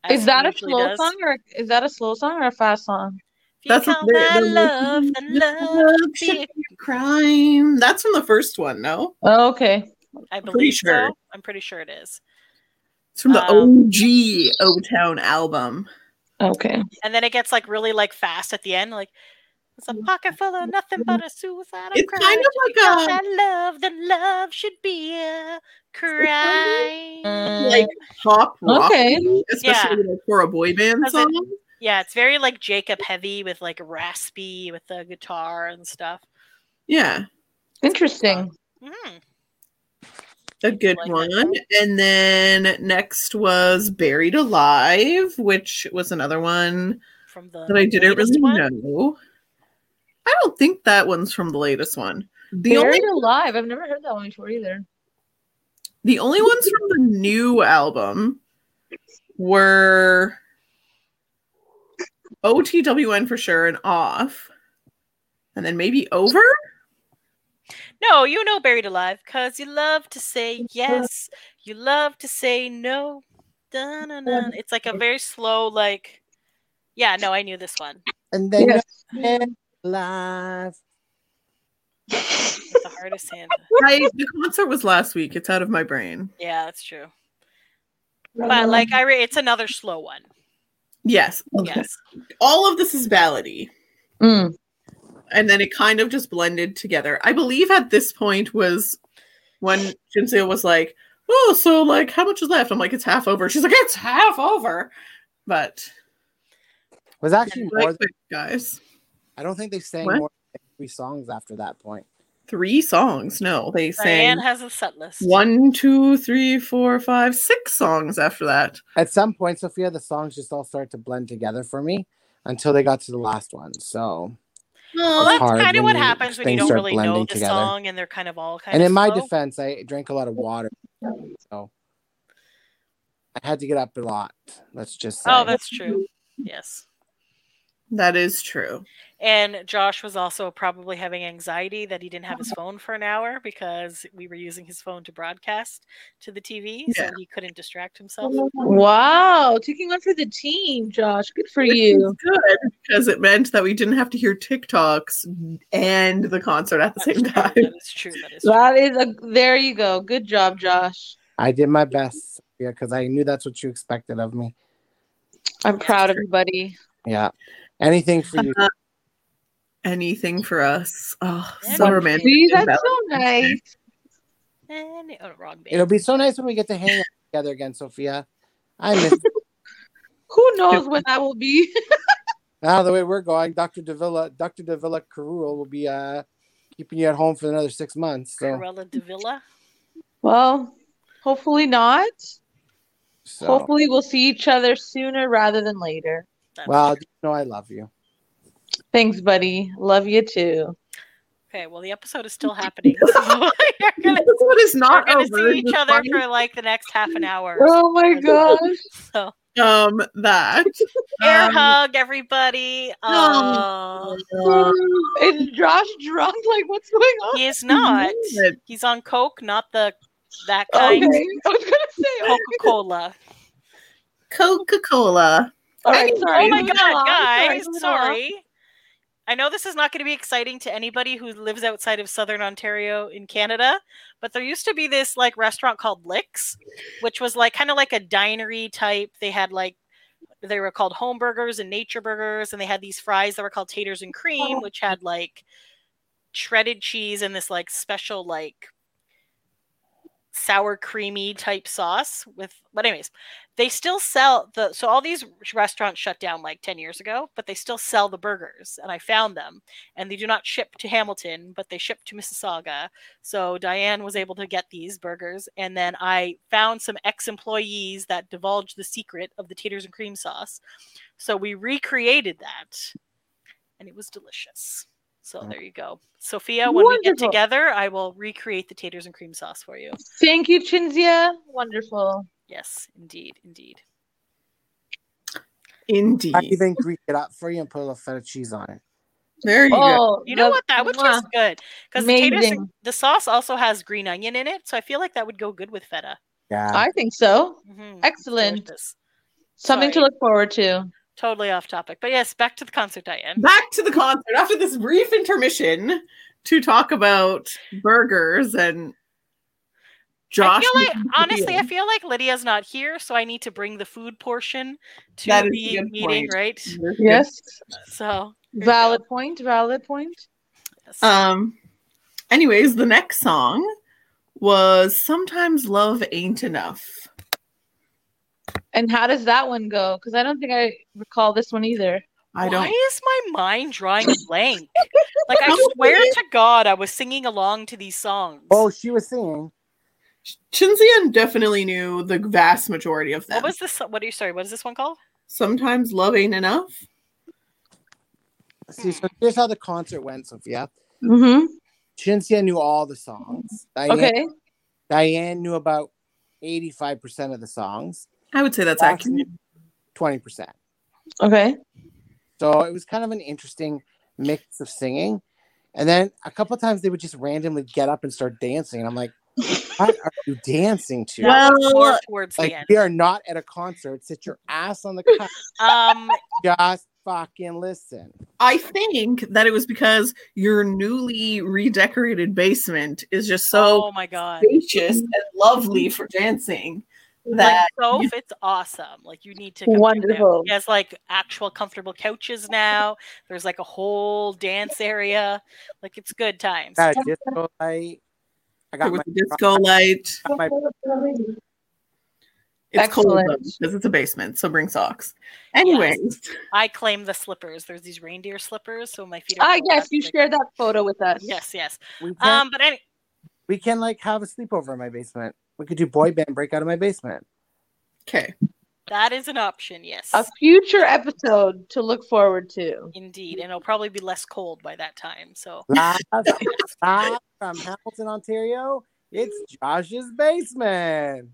Speaker 3: Is that a slow song or is that a slow song or a fast song?
Speaker 2: That's you
Speaker 1: what
Speaker 2: call
Speaker 1: they-
Speaker 2: that
Speaker 1: they're
Speaker 2: love,
Speaker 1: like,
Speaker 2: then love.
Speaker 1: "Love should
Speaker 2: be-
Speaker 1: be a crime. That's from the first one, no?
Speaker 3: Oh, okay.
Speaker 2: I
Speaker 1: pretty
Speaker 2: believe
Speaker 1: sure.
Speaker 2: so. I'm pretty sure it is.
Speaker 1: It's from the
Speaker 2: Um,
Speaker 1: OG O Town album.
Speaker 3: Okay.
Speaker 2: And then it gets like really like fast at the end, like it's a pocket full of nothing but a suicidal
Speaker 1: It's
Speaker 2: crime.
Speaker 1: kind
Speaker 2: If
Speaker 1: of
Speaker 2: you call
Speaker 1: like um, a
Speaker 2: that love, then love should be a crime.
Speaker 1: like pop rock,
Speaker 3: Okay.
Speaker 1: especially like, for a boy band
Speaker 2: Does it-
Speaker 1: song.
Speaker 2: Yeah, it's very like Jacob heavy with like raspy with the guitar and stuff.
Speaker 1: Yeah,
Speaker 3: Interesting.
Speaker 2: Mm.
Speaker 1: a good
Speaker 2: like
Speaker 1: one.
Speaker 2: that
Speaker 1: And then next was Buried Alive, which was another one
Speaker 2: From the
Speaker 1: that I didn't
Speaker 2: latest
Speaker 1: really
Speaker 2: one.
Speaker 1: know. I don't think that one's from the latest one. The only
Speaker 3: Buried Alive. I've never heard that one before either.
Speaker 1: The only ones from the new album were OTWN for sure and off. And then maybe over?
Speaker 2: No, you know Buried Alive because you love to say yes. You love to say no. Dun-dun-dun. It's like a very slow, like, yeah, no, I knew this one.
Speaker 4: And then
Speaker 3: Yes.
Speaker 4: you're alive.
Speaker 2: It's the hardest hand.
Speaker 1: I, the concert was last week. It's out of my brain.
Speaker 2: Yeah, that's true. But like, I re- it's another slow one.
Speaker 1: Yes.
Speaker 2: Yes.
Speaker 1: All of this is ballady.
Speaker 3: Mm.
Speaker 1: And then it kind of just blended together. I believe at this point was when Jinseo was like, Oh, so like how much is left? I'm like, it's half over. She's like, It's half over. But
Speaker 4: Was actually more.
Speaker 1: like, quick, guys.
Speaker 4: I don't think they sang
Speaker 1: What?
Speaker 4: more than three songs after that point.
Speaker 1: three songs. No, they sang
Speaker 2: Diane has a set list.
Speaker 1: one, two, three, four, five, six songs after that.
Speaker 4: At some point, Sophia, the songs just all start to blend together for me until they got to the last one. So,
Speaker 2: Well,
Speaker 4: It's
Speaker 2: that's
Speaker 4: hard
Speaker 2: kind of
Speaker 4: when
Speaker 2: what
Speaker 4: you-
Speaker 2: happens when you
Speaker 4: things
Speaker 2: don't
Speaker 4: start
Speaker 2: really know
Speaker 4: blending
Speaker 2: the
Speaker 4: together.
Speaker 2: song and they're kind of all kind
Speaker 4: and
Speaker 2: of
Speaker 4: in my
Speaker 2: slow.
Speaker 4: defense, I drank a lot of water, so I had to get up a lot. Let's just say.
Speaker 2: Oh, that's true. Yes.
Speaker 1: That is true.
Speaker 2: And Josh was also probably having anxiety that he didn't have his phone for an hour because we were using his phone to broadcast to the TV, so
Speaker 1: Yeah.
Speaker 2: he couldn't distract himself.
Speaker 3: Wow. Taking one for the team, Josh. Good for
Speaker 1: Which
Speaker 3: you.
Speaker 1: is good because it meant that we didn't have to hear TikToks and the concert at the
Speaker 2: That's
Speaker 1: same
Speaker 2: true,
Speaker 1: time.
Speaker 2: That is true. That is true.
Speaker 3: That is a there you go. Good job, Josh.
Speaker 4: I did my best, Sophia, because I knew that's what you expected of me.
Speaker 3: I'm proud of you, buddy.
Speaker 4: Yeah, anything for you.
Speaker 1: Anything for us. Oh,
Speaker 2: Yeah,
Speaker 1: so
Speaker 2: but-
Speaker 1: romantic.
Speaker 3: See,
Speaker 1: and
Speaker 3: that's so
Speaker 1: Valentine's Day.
Speaker 3: nice.
Speaker 2: And, oh, wrong band.
Speaker 4: It'll be so nice when we get to hang out together again, Sophia. I miss.
Speaker 3: Who knows when that will be?
Speaker 4: now the way we're going, Doctor Davila, Doctor Davila Carrul will be uh keeping you at home for another six months. So,
Speaker 2: Corella Davila.
Speaker 3: Well, hopefully not.
Speaker 4: so.
Speaker 3: Hopefully we'll see each other sooner rather than later.
Speaker 2: That's true.
Speaker 4: well, just know I love you.
Speaker 3: Thanks, buddy. Love you too.
Speaker 2: Okay, well, the episode is still happening. So you're
Speaker 1: This
Speaker 2: gonna,
Speaker 1: is what is
Speaker 2: we're
Speaker 1: not
Speaker 2: gonna
Speaker 1: over.
Speaker 2: see each
Speaker 1: Just
Speaker 2: other
Speaker 1: funny,
Speaker 2: for like the next half an hour.
Speaker 3: Oh my gosh.
Speaker 2: So
Speaker 1: um that.
Speaker 2: air
Speaker 1: Um,
Speaker 2: hug, everybody. Oh,
Speaker 1: uh,
Speaker 3: Is Josh drunk? Like what's going on?
Speaker 2: he is not.
Speaker 1: it.
Speaker 2: He's on coke, not the that
Speaker 3: Okay.
Speaker 2: kind.
Speaker 3: I was gonna say oh,
Speaker 2: Coca Cola.
Speaker 1: Coca-Cola.
Speaker 3: All right,
Speaker 1: Anyway.
Speaker 3: sorry.
Speaker 2: Oh my
Speaker 3: moving
Speaker 2: god,
Speaker 3: along,
Speaker 2: guys!
Speaker 3: moving along.
Speaker 2: Sorry. I know this is not going to be exciting to anybody who lives outside of Southern Ontario in Canada, but there used to be this like restaurant called Licks, which was like kind of like a dinery type. They had like they were called home burgers and nature burgers, and they had these fries that were called taters and cream, which had like shredded cheese and this like special like sour creamy type sauce with but anyways they still sell the so all these restaurants shut down like 10 years ago but they still sell the burgers and i found them and they do not ship to hamilton but they ship to mississauga so diane was able to get these burgers and then i found some ex-employees that divulged the secret of the taters and cream sauce so we recreated that and it was delicious so there you go. Sophia, when we get
Speaker 3: Wonderful.
Speaker 2: together, I will recreate the taters and cream sauce for you.
Speaker 3: Thank you, Chinzia. Wonderful.
Speaker 2: Yes, indeed, indeed.
Speaker 1: Indeed.
Speaker 4: I even grease it up for you and put a little feta cheese on it.
Speaker 1: there you go.
Speaker 3: Oh,
Speaker 2: You know
Speaker 3: the-
Speaker 2: what? That would
Speaker 3: mwah.
Speaker 2: taste good because the taters, and-
Speaker 3: Amazing.
Speaker 2: the sauce also has green onion in it, so I feel like that would go good with feta.
Speaker 4: Yeah.
Speaker 3: I think so.
Speaker 2: Mhm, it's
Speaker 3: Excellent.
Speaker 2: delicious.
Speaker 3: Something to
Speaker 2: Sorry.
Speaker 3: look forward to.
Speaker 2: Totally off topic, but yes, back to the concert, Diane.
Speaker 1: Back to the concert after this brief intermission to talk about burgers and
Speaker 2: I
Speaker 1: Josh.
Speaker 2: feel like
Speaker 1: needs to
Speaker 2: honestly,
Speaker 1: heal.
Speaker 2: I feel like Lydia's not here, so I need to bring the food portion to
Speaker 1: That is a
Speaker 2: the
Speaker 1: good
Speaker 2: meeting,
Speaker 1: point.
Speaker 2: right?
Speaker 3: Yes.
Speaker 2: So you
Speaker 3: Valid point. Valid point.
Speaker 2: yes.
Speaker 3: Uh,
Speaker 1: Um. Anyways, the next song was "Sometimes Love Ain't Enough."
Speaker 3: And how does that one go? Because I don't think I recall this one either.
Speaker 1: I
Speaker 2: Why
Speaker 1: don't.
Speaker 2: is my mind drawing a blank? like I swear to God, I was singing along to these songs.
Speaker 4: Oh, she was singing.
Speaker 1: Chinzian definitely knew the vast majority of them.
Speaker 2: what was this? What are you? Sorry, what is this one called?
Speaker 1: Sometimes love ain't enough.
Speaker 4: See, so here's how the concert went, Sophia.
Speaker 3: Mm-hmm.
Speaker 4: Chinsia knew all the songs. Diane,
Speaker 3: Okay.
Speaker 4: Diane knew about 85% of the songs,
Speaker 1: I would say that's accurate.
Speaker 4: 20%.
Speaker 3: Okay.
Speaker 4: So it was kind of an interesting mix of singing. And then a couple times they would just randomly get up and start dancing. And I'm like, what are you dancing to?
Speaker 2: That was
Speaker 1: Well,
Speaker 2: more towards
Speaker 4: like,
Speaker 2: the end.
Speaker 4: we are not at a concert. Sit your ass on the couch.
Speaker 2: Um,
Speaker 4: just fucking listen.
Speaker 1: I think that it was because your newly redecorated basement is just so
Speaker 2: oh my god,
Speaker 1: spacious and lovely for dancing.
Speaker 2: like
Speaker 1: That
Speaker 2: Soph, it's awesome. Like you need to come check it out.
Speaker 3: Wonderful.
Speaker 2: She has like actual comfortable couches now. There's like a whole dance area. Like it's good times.
Speaker 4: Got a disco light. I
Speaker 1: there
Speaker 4: got
Speaker 1: was
Speaker 4: my,
Speaker 1: a disco light.
Speaker 4: got my
Speaker 1: It's cold
Speaker 3: Excellent.
Speaker 1: though, because it's a basement, so bring socks. Anyways,
Speaker 2: I claim the slippers. There's these reindeer slippers, so my feet are.
Speaker 3: Ah,
Speaker 2: covered
Speaker 3: yes,
Speaker 2: up,
Speaker 3: you
Speaker 2: like-
Speaker 3: shared that photo with us.
Speaker 2: Yes, yes.
Speaker 4: we can,
Speaker 2: Um, but any-
Speaker 4: we can like have a sleepover in my basement. We could do boy band break out of my basement.
Speaker 1: okay.
Speaker 2: that is an option. Yes.
Speaker 3: A future episode to look forward to.
Speaker 2: Indeed, and it'll probably be less cold by that time. So,
Speaker 4: Live, live from Hamilton, Ontario. It's Josh's basement.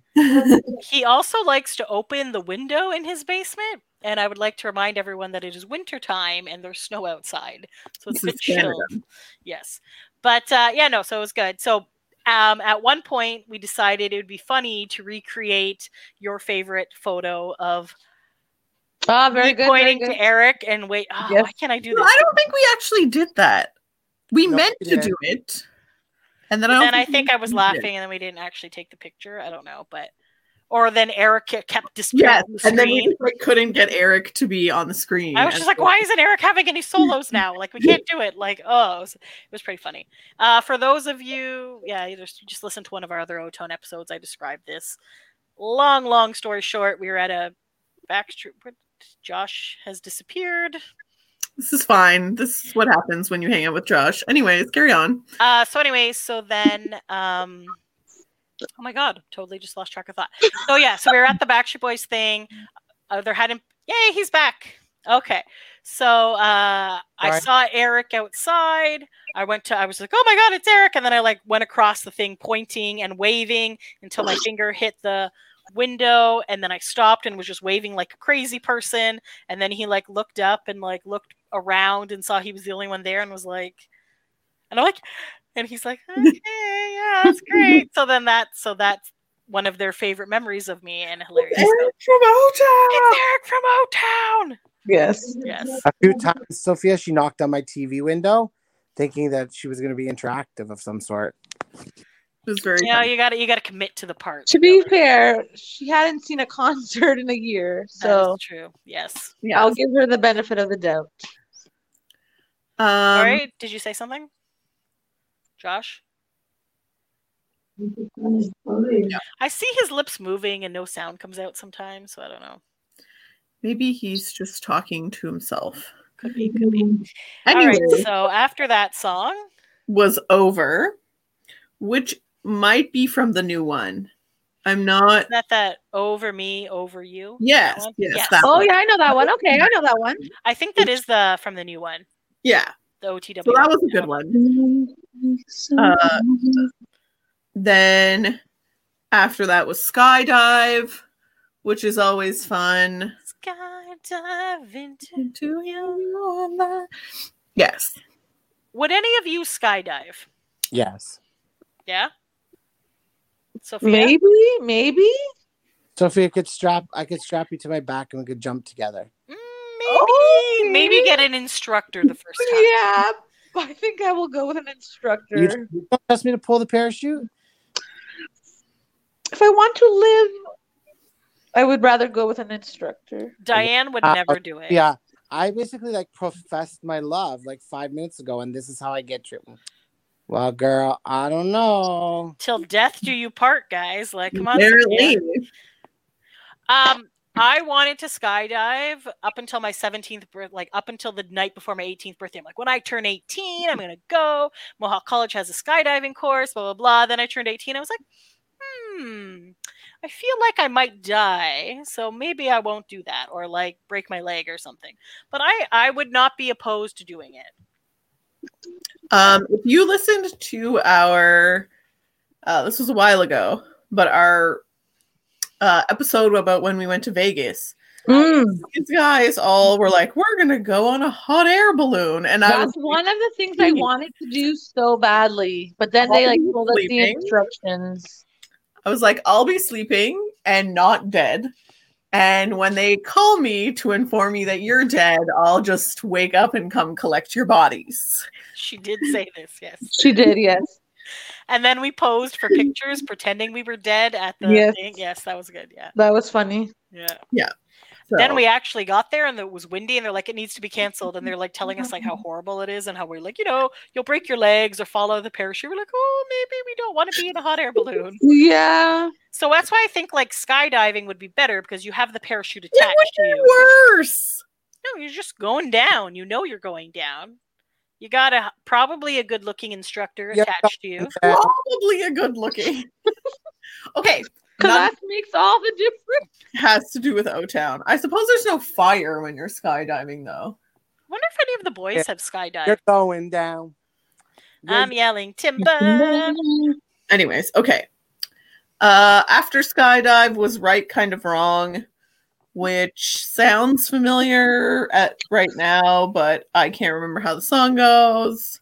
Speaker 2: he also likes to open the window in his basement, and I would like to remind everyone that it is winter time and there's snow outside, so it's a
Speaker 1: This
Speaker 2: bit
Speaker 1: is Canada.
Speaker 2: chill. Yes, but uh, yeah, no, so it was good. So, um, at one point, we decided it would be funny to recreate your favorite photo of
Speaker 3: Ah,
Speaker 2: me
Speaker 3: very good. very
Speaker 2: pointing
Speaker 3: good.
Speaker 2: to Eric and wait. Oh,
Speaker 3: Yes.
Speaker 2: Why can't I do
Speaker 1: No,
Speaker 2: this?
Speaker 1: I don't think we actually did that. We
Speaker 4: No,
Speaker 1: meant
Speaker 4: we
Speaker 1: to
Speaker 4: didn't.
Speaker 1: do it, and then I
Speaker 2: And
Speaker 1: don't
Speaker 2: then I think I was
Speaker 1: we did.
Speaker 2: laughing, and then we didn't actually take the picture. I don't know, but or then Eric ke- kept disappearing.
Speaker 1: Yes,
Speaker 2: from
Speaker 1: and
Speaker 2: the
Speaker 1: then we
Speaker 2: screen.
Speaker 1: just, like, couldn't get Eric to be on the screen.
Speaker 2: I was just like, why isn't Eric having any solos now? Like, we can't do it. Like, oh, it was, it was pretty funny. Uh, for those of you, yeah, you just, you just listen to one of our other Otone episodes. I described this. Long, long story short, we were at a backstreet. what- Josh has disappeared.
Speaker 1: This is fine. This is what happens when you hang out with Josh. Anyways, carry on.
Speaker 2: Uh, so, anyway, so then, um, oh my God, totally just lost track of thought. So, yeah, so we were at the Backstreet Boys thing. Uh, there hadn't, yay, he's back. Okay. So uh, I
Speaker 4: Right.
Speaker 2: saw Eric outside. I went to, I was like, oh my God, it's Eric. And then I like went across the thing pointing and waving until my finger hit the window. And then I stopped and was just waving like a crazy person. And then he like looked up and like looked around and saw he was the only one there and was like, and I'm like, and he's like, okay, yeah, that's great. So then that, so that's one of their favorite memories of me and hilarious.
Speaker 1: Eric from Ota!
Speaker 2: It's Eric from O Town.
Speaker 3: Yes.
Speaker 2: Yes.
Speaker 4: A few times, Sophia, she knocked on my TV window thinking that she was going to be interactive of some sort.
Speaker 1: It was very
Speaker 2: You know, you gotta you gotta commit to the part.
Speaker 3: To be fair, she hadn't seen a concert in a year, so
Speaker 2: that's true. Yes.
Speaker 1: yeah.
Speaker 3: I'll give her the benefit of the doubt.
Speaker 1: Um,
Speaker 2: All right. Did you say something, Josh? I see his lips moving and no sound comes out sometimes, so I don't know.
Speaker 1: Maybe he's just talking to himself.
Speaker 2: Could be, could be.
Speaker 1: Anyway,
Speaker 2: All right, so after that song,
Speaker 1: was over, which might be from the new one. I'm not.
Speaker 2: not that over me, over you.
Speaker 1: Yes,
Speaker 2: one?
Speaker 1: yes,
Speaker 2: Yes.
Speaker 1: that
Speaker 3: Oh
Speaker 1: one.
Speaker 3: yeah, I know that one. Okay, I know that one.
Speaker 2: I think that is the from the new one,
Speaker 1: yeah.
Speaker 2: the OTW.
Speaker 1: So that was a good one. Uh, Then after that was skydive, which is always fun.
Speaker 2: Skydive into.
Speaker 1: Into your life. Yes.
Speaker 2: Would any of you skydive?
Speaker 4: Yes.
Speaker 2: Yeah. Sophia,
Speaker 3: Maybe, maybe.
Speaker 4: Sophia could strap. I could strap you to my back and we could jump together.
Speaker 2: Mm, maybe,
Speaker 3: Okay.
Speaker 2: maybe get an instructor the first time.
Speaker 3: Oh. Yeah, I think I will go with an
Speaker 4: You
Speaker 3: instructor.
Speaker 4: you don't trust me to pull the parachute?
Speaker 3: If I want to live, I would rather go with an instructor.
Speaker 2: Diane would
Speaker 4: Uh,
Speaker 2: never do it.
Speaker 4: Yeah. I basically like professed my love like five minutes ago, and this is how I get you. Well, girl, I don't know.
Speaker 2: Till death do you part, guys. Like, come on. Sophia.
Speaker 1: Apparently.
Speaker 2: Um, I wanted to skydive up until my 17th birth, like up until the night before my 18th birthday. I'm like, when I turn 18, I'm gonna go. Mohawk College has a skydiving course, blah blah blah. Then I turned 18. I was like, hmm, I feel like I might die, so maybe I won't do that, or like break my leg or something. But I, I would not be opposed to doing it.
Speaker 1: Um, if you listened to our, uh, this was a while ago, but our uh, episode about when we went to Vegas,
Speaker 3: Hmm.
Speaker 1: these guys all were like, "We're gonna go on a hot air balloon," and I was
Speaker 3: That's one of the things I wanted to do so badly, but then they like told us the
Speaker 1: Sleeping.
Speaker 3: instructions.
Speaker 1: I was like, "I'll be sleeping and not dead." And when they call me to inform me that you're dead, I'll just wake up and come collect your bodies.
Speaker 2: She did say this, yes.
Speaker 3: She did, yes.
Speaker 2: And then we posed for pictures, pretending we were dead at the
Speaker 3: Yes.
Speaker 2: thing. Yes, that was good. Yeah,
Speaker 3: That was funny.
Speaker 2: yeah.
Speaker 1: So,
Speaker 2: Then we actually got there and it was windy and they're like, it needs to be canceled. And they're like telling us like how horrible it is and how we're like, you know, you'll break your legs or fall out of the parachute. We're like, oh, maybe we don't want to be in a hot air balloon.
Speaker 3: Yeah.
Speaker 2: So that's why I think like skydiving would be better because you have the parachute attached to you.
Speaker 1: worse.
Speaker 2: No, you're just going down. You know you're going down. You got a probably a good looking instructor
Speaker 4: Yeah.
Speaker 2: attached to you.
Speaker 4: Uh,
Speaker 1: Probably a good looking. okay,
Speaker 3: Because
Speaker 1: none
Speaker 3: that makes all the difference.
Speaker 1: has to do with O Town. I suppose there's no fire when you're skydiving, though.
Speaker 2: wonder if any of the boys
Speaker 4: Yeah.
Speaker 2: have skydived.
Speaker 4: You're going down.
Speaker 2: I'm yelling timber.
Speaker 1: Anyways, okay. Uh, after skydive was right kind of wrong, which sounds familiar at right now, but I can't remember how the song goes.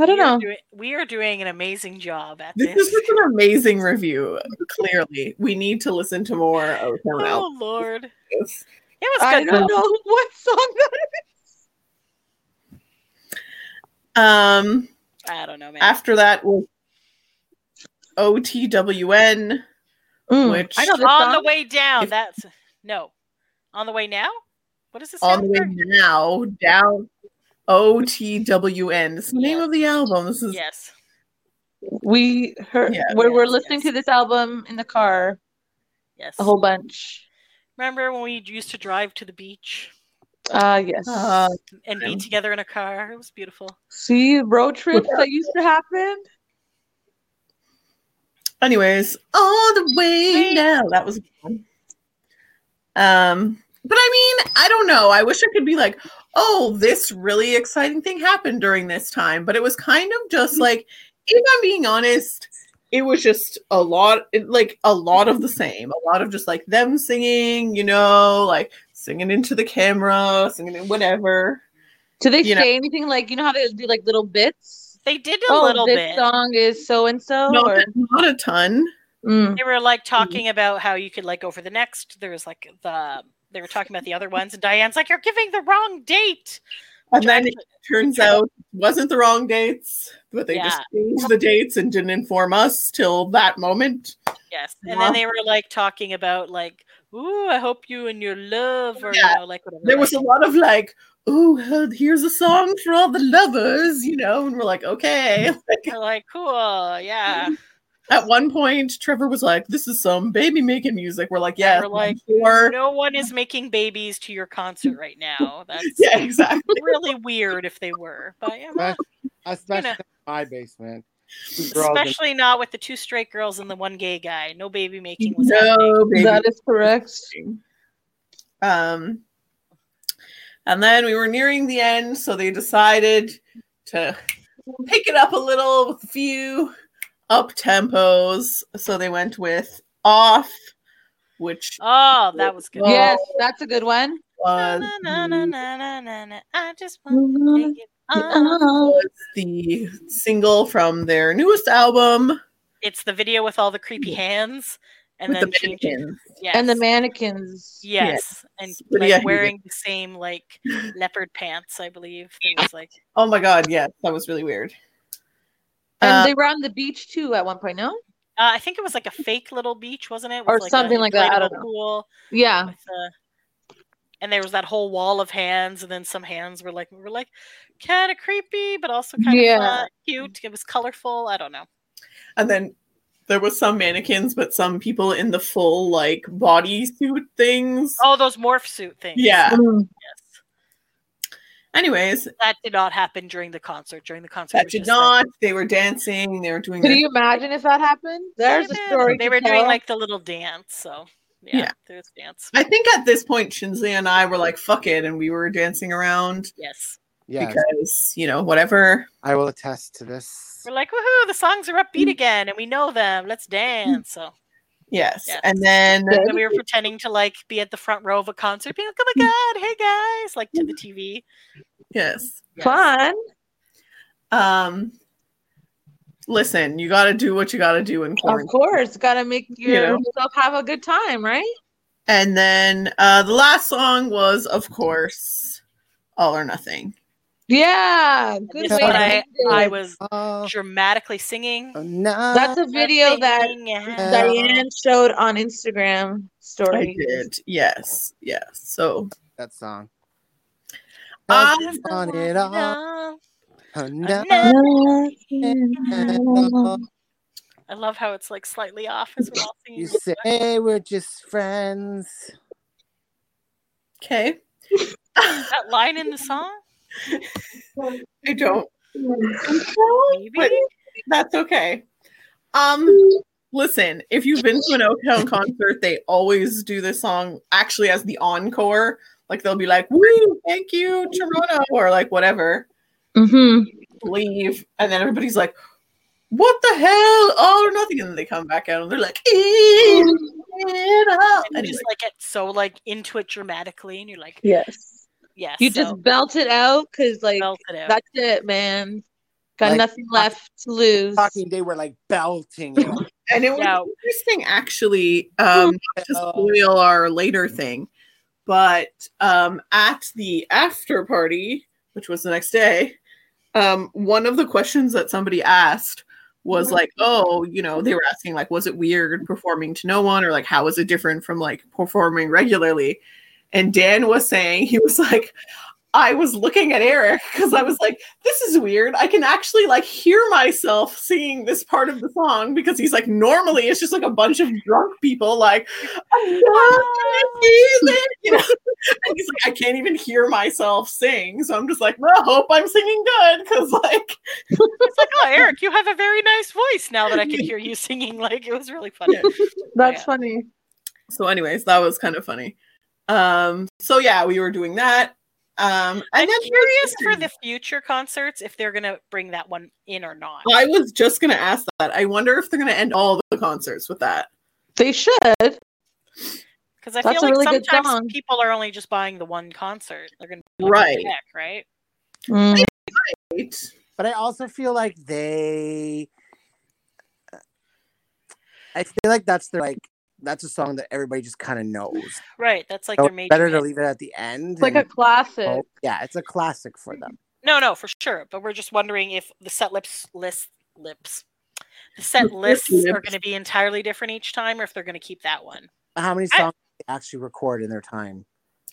Speaker 3: I don't
Speaker 2: We are
Speaker 3: know.
Speaker 2: doing- we are doing an amazing job at
Speaker 1: This is just an amazing review. Clearly, we need to listen to more O Town albums.
Speaker 2: Oh Lord. It was
Speaker 3: I
Speaker 2: good.
Speaker 3: don't know what song that
Speaker 1: Um,
Speaker 2: though. I don't know, man.
Speaker 1: after that was OTWN,
Speaker 3: is.
Speaker 1: which
Speaker 3: Hmm, I know this
Speaker 2: on
Speaker 3: song.
Speaker 2: the way down.
Speaker 1: If-
Speaker 2: that's no. On the way now? What is this?
Speaker 1: on the way
Speaker 2: soundtrack?
Speaker 1: now down OTWN. This is the name of the album. This is
Speaker 2: Yes.
Speaker 3: we heard
Speaker 1: Yeah.
Speaker 3: we're, we're
Speaker 2: Yes,
Speaker 3: listening
Speaker 2: yes.
Speaker 3: to this album in the car
Speaker 2: Yes.
Speaker 3: a whole bunch.
Speaker 2: Remember when we used to drive to the beach
Speaker 3: Uh yes.
Speaker 1: uh,
Speaker 2: and be
Speaker 1: Yeah.
Speaker 2: together in a car? It was beautiful.
Speaker 3: See road trips that used to happen.
Speaker 1: anyways, all the way now. That was good. Um, but I mean, I don't know. I wish I could be like, oh, this really exciting thing happened during this time, but it was kind of just like, if I'm being honest, it was just a lot, it, like a lot of the same, a lot of just like them singing, you know, like singing into the camera, singing in whatever.
Speaker 3: Do they
Speaker 1: You know-
Speaker 3: say anything like you know how they do like little bits?
Speaker 2: They did a
Speaker 3: oh,
Speaker 2: little
Speaker 3: this
Speaker 2: bit.
Speaker 1: um,
Speaker 3: song is mm, so and so.
Speaker 1: Not, not a ton.
Speaker 2: They were like talking about how you could like go for the next. There was like the they were talking about the other ones, and Diane's like, "You're giving the wrong date."
Speaker 1: And
Speaker 2: Which I
Speaker 1: then it turns out it wasn't the wrong dates, but they just changed the dates and didn't inform us till that moment.
Speaker 2: Yes. And then they were like talking about like, ooh, I hope you and your love or
Speaker 1: Yeah.
Speaker 2: you know, like whatever.
Speaker 1: There
Speaker 2: like-
Speaker 1: was a lot of like, oh, here's a song for
Speaker 2: Mm-hmm.
Speaker 1: all the lovers, you know, and we're like, okay.
Speaker 2: They're like, cool, yeah.
Speaker 1: At one point, Trevor was like, "This is some baby making music." We're like, "Yeah,
Speaker 2: We're like,
Speaker 1: sure."
Speaker 2: no one is making babies to your concert right now. That's
Speaker 1: yeah, exactly."
Speaker 2: really weird if they were, but yeah, well,
Speaker 4: especially
Speaker 2: You know.
Speaker 4: in my basement. Two girls in-
Speaker 2: especially not with the two straight girls and the one gay guy. No baby making was happening.
Speaker 1: No, baby.
Speaker 3: That is correct.
Speaker 1: Um, and then we were nearing the end, so they decided to pick it up a little with a few up tempos. So they went with off, which
Speaker 2: Oh, that was good.
Speaker 1: Oh.
Speaker 3: Yes, that's a good one.
Speaker 1: was Mm-hmm.
Speaker 2: Na, na, na,
Speaker 1: the,
Speaker 2: na, na, na, na. I just want to
Speaker 3: Oh,
Speaker 2: take it off.
Speaker 1: the single from their newest album.
Speaker 2: It's the video with all the creepy hands and
Speaker 1: with
Speaker 2: then
Speaker 1: the
Speaker 2: changing.
Speaker 1: mannequins.
Speaker 2: Yes.
Speaker 3: And the mannequins.
Speaker 2: Yes, and
Speaker 1: Yes. But
Speaker 2: like
Speaker 1: yeah, he
Speaker 2: wearing the same like leopard pants, I believe. It was like
Speaker 1: Oh my god, yes, that was really weird.
Speaker 3: And
Speaker 1: Uh,
Speaker 3: they were on the beach too at one point, no?
Speaker 2: uh, I think it was like a fake little beach, wasn't it? With,
Speaker 3: Or
Speaker 2: a
Speaker 3: something like that, I don't
Speaker 2: inflatable
Speaker 3: know.
Speaker 2: Pool
Speaker 3: Yeah.
Speaker 2: with a, and there was that whole wall of hands, and then some hands were like were like kind of creepy, but also kind of
Speaker 3: Yeah.
Speaker 2: cute. It was colorful. I don't know.
Speaker 1: and then there was some mannequins, but some people in the full like bodysuit things.
Speaker 2: Oh, those morph suit things.
Speaker 1: Yeah.
Speaker 3: Mm.
Speaker 2: Yes.
Speaker 1: Anyways,
Speaker 2: That did not happen during the concert. During the concert,
Speaker 1: that
Speaker 2: was
Speaker 1: did
Speaker 2: just them.
Speaker 1: not. They were dancing. They were doing.
Speaker 3: Can
Speaker 1: their-
Speaker 3: you imagine if that happened? There's a
Speaker 2: Yeah,
Speaker 3: story.
Speaker 2: They
Speaker 3: to
Speaker 2: were doing
Speaker 3: tell.
Speaker 2: like the little dance. So yeah,
Speaker 1: Yeah.
Speaker 2: there was dance.
Speaker 1: I think at this point, Shinsley and I were like, "Fuck it," and we were dancing around
Speaker 2: Yes.
Speaker 4: Yes,
Speaker 1: because you know whatever.
Speaker 4: I will attest to this.
Speaker 2: We're like, woohoo, the songs are
Speaker 3: Mm.
Speaker 2: upbeat again and we know them. Let's dance. So
Speaker 1: Yes,
Speaker 2: Yes.
Speaker 1: and then
Speaker 2: and we were pretending to like be at the front row of a concert, being like, oh
Speaker 3: Hmm.
Speaker 2: my God, hey guys, like to the TV.
Speaker 1: yes,
Speaker 2: Yes.
Speaker 3: fun.
Speaker 1: um, listen, you got to do what you got to do in
Speaker 3: Of
Speaker 1: quarantine.
Speaker 3: course, gotta make
Speaker 1: know.
Speaker 3: yourself have a good time, right?
Speaker 1: And then uh, the last song was, of course, "All or Nothing."
Speaker 3: Yeah, good
Speaker 2: This
Speaker 3: way
Speaker 2: one
Speaker 3: to
Speaker 4: I-
Speaker 2: I,
Speaker 3: end it.
Speaker 2: I was
Speaker 4: Oh,
Speaker 2: dramatically singing.
Speaker 4: no.
Speaker 3: That's a video that
Speaker 2: Singing out.
Speaker 3: Diane showed on Instagram
Speaker 1: I
Speaker 3: story.
Speaker 1: did, yes, yes. So
Speaker 4: that song.
Speaker 1: I-
Speaker 4: That's on it all. Oh, no.
Speaker 2: I love how it's like slightly off as we're all
Speaker 4: You
Speaker 2: singing.
Speaker 4: say we're just friends.
Speaker 1: okay,
Speaker 2: That line in the song?
Speaker 1: I don't.
Speaker 2: Maybe.
Speaker 1: That's okay. Um, listen, if you've been to an Oaktown concert, they always do this song actually as the encore. Like they'll be like, "Woo, thank you, Toronto," or like whatever.
Speaker 3: Mm-hmm.
Speaker 1: Leave, and then everybody's like, "What the hell? Oh, nothing!" And then they come back out and they're like, "Eat it up."
Speaker 2: And you
Speaker 1: Anyway,
Speaker 2: just like get so like into it dramatically, and you're like,
Speaker 3: Yes.
Speaker 2: yes,
Speaker 3: You
Speaker 2: so
Speaker 3: just belt it out because, like,
Speaker 2: belt it out.
Speaker 3: that's it, man. Got
Speaker 4: Like,
Speaker 3: nothing left to lose.
Speaker 4: Talking, they were like belting. it.
Speaker 1: and it was
Speaker 2: Yeah.
Speaker 1: interesting actually um not to spoil our later thing but um at the after party which was the next day um one of the questions that somebody asked was like oh you know they were asking like was it weird performing to no one or like how is it different from like performing regularly and dan was saying he was like i was looking at eric because i was like this is weird i can actually like hear myself singing this part of the song because he's like normally it's just like a bunch of drunk people like "I'm not feeling it," you know? and he's like i can't even hear myself sing so i'm just like well I hope i'm singing good because like
Speaker 2: It's like, oh, Eric, you have a very nice voice now that I can hear you singing. Like, it was really funny.
Speaker 3: That's
Speaker 2: Yeah.
Speaker 3: funny.
Speaker 1: so anyways that was kind of funny um so yeah we were doing that um and then
Speaker 2: Curious for the future concerts if they're going to bring that one in or not.
Speaker 1: i was just gonna ask that i wonder if they're gonna end all the concerts with that
Speaker 3: They should.
Speaker 2: Because I
Speaker 3: That's
Speaker 2: feel
Speaker 3: a
Speaker 2: like
Speaker 3: really good song.
Speaker 2: sometimes people are only just buying the one concert. They're going to
Speaker 1: Right.
Speaker 2: check, right?
Speaker 3: Mm.
Speaker 1: right
Speaker 4: But I also feel like they. I feel like that's their like that's a song that everybody just kind of knows.
Speaker 2: Right. That's like their
Speaker 4: So it's
Speaker 2: major.
Speaker 4: Oh, better to
Speaker 2: hit.
Speaker 4: leave it at the end.
Speaker 3: It's like a
Speaker 4: and-
Speaker 3: classic.
Speaker 4: oh, yeah, it's a classic for them.
Speaker 2: No, no, for sure. But we're just wondering if the set lips list lips. The set lists are
Speaker 1: lips.
Speaker 2: going to be entirely different each time, or if they're going to keep that one.
Speaker 4: How many
Speaker 2: I-
Speaker 4: songs they actually record in their time?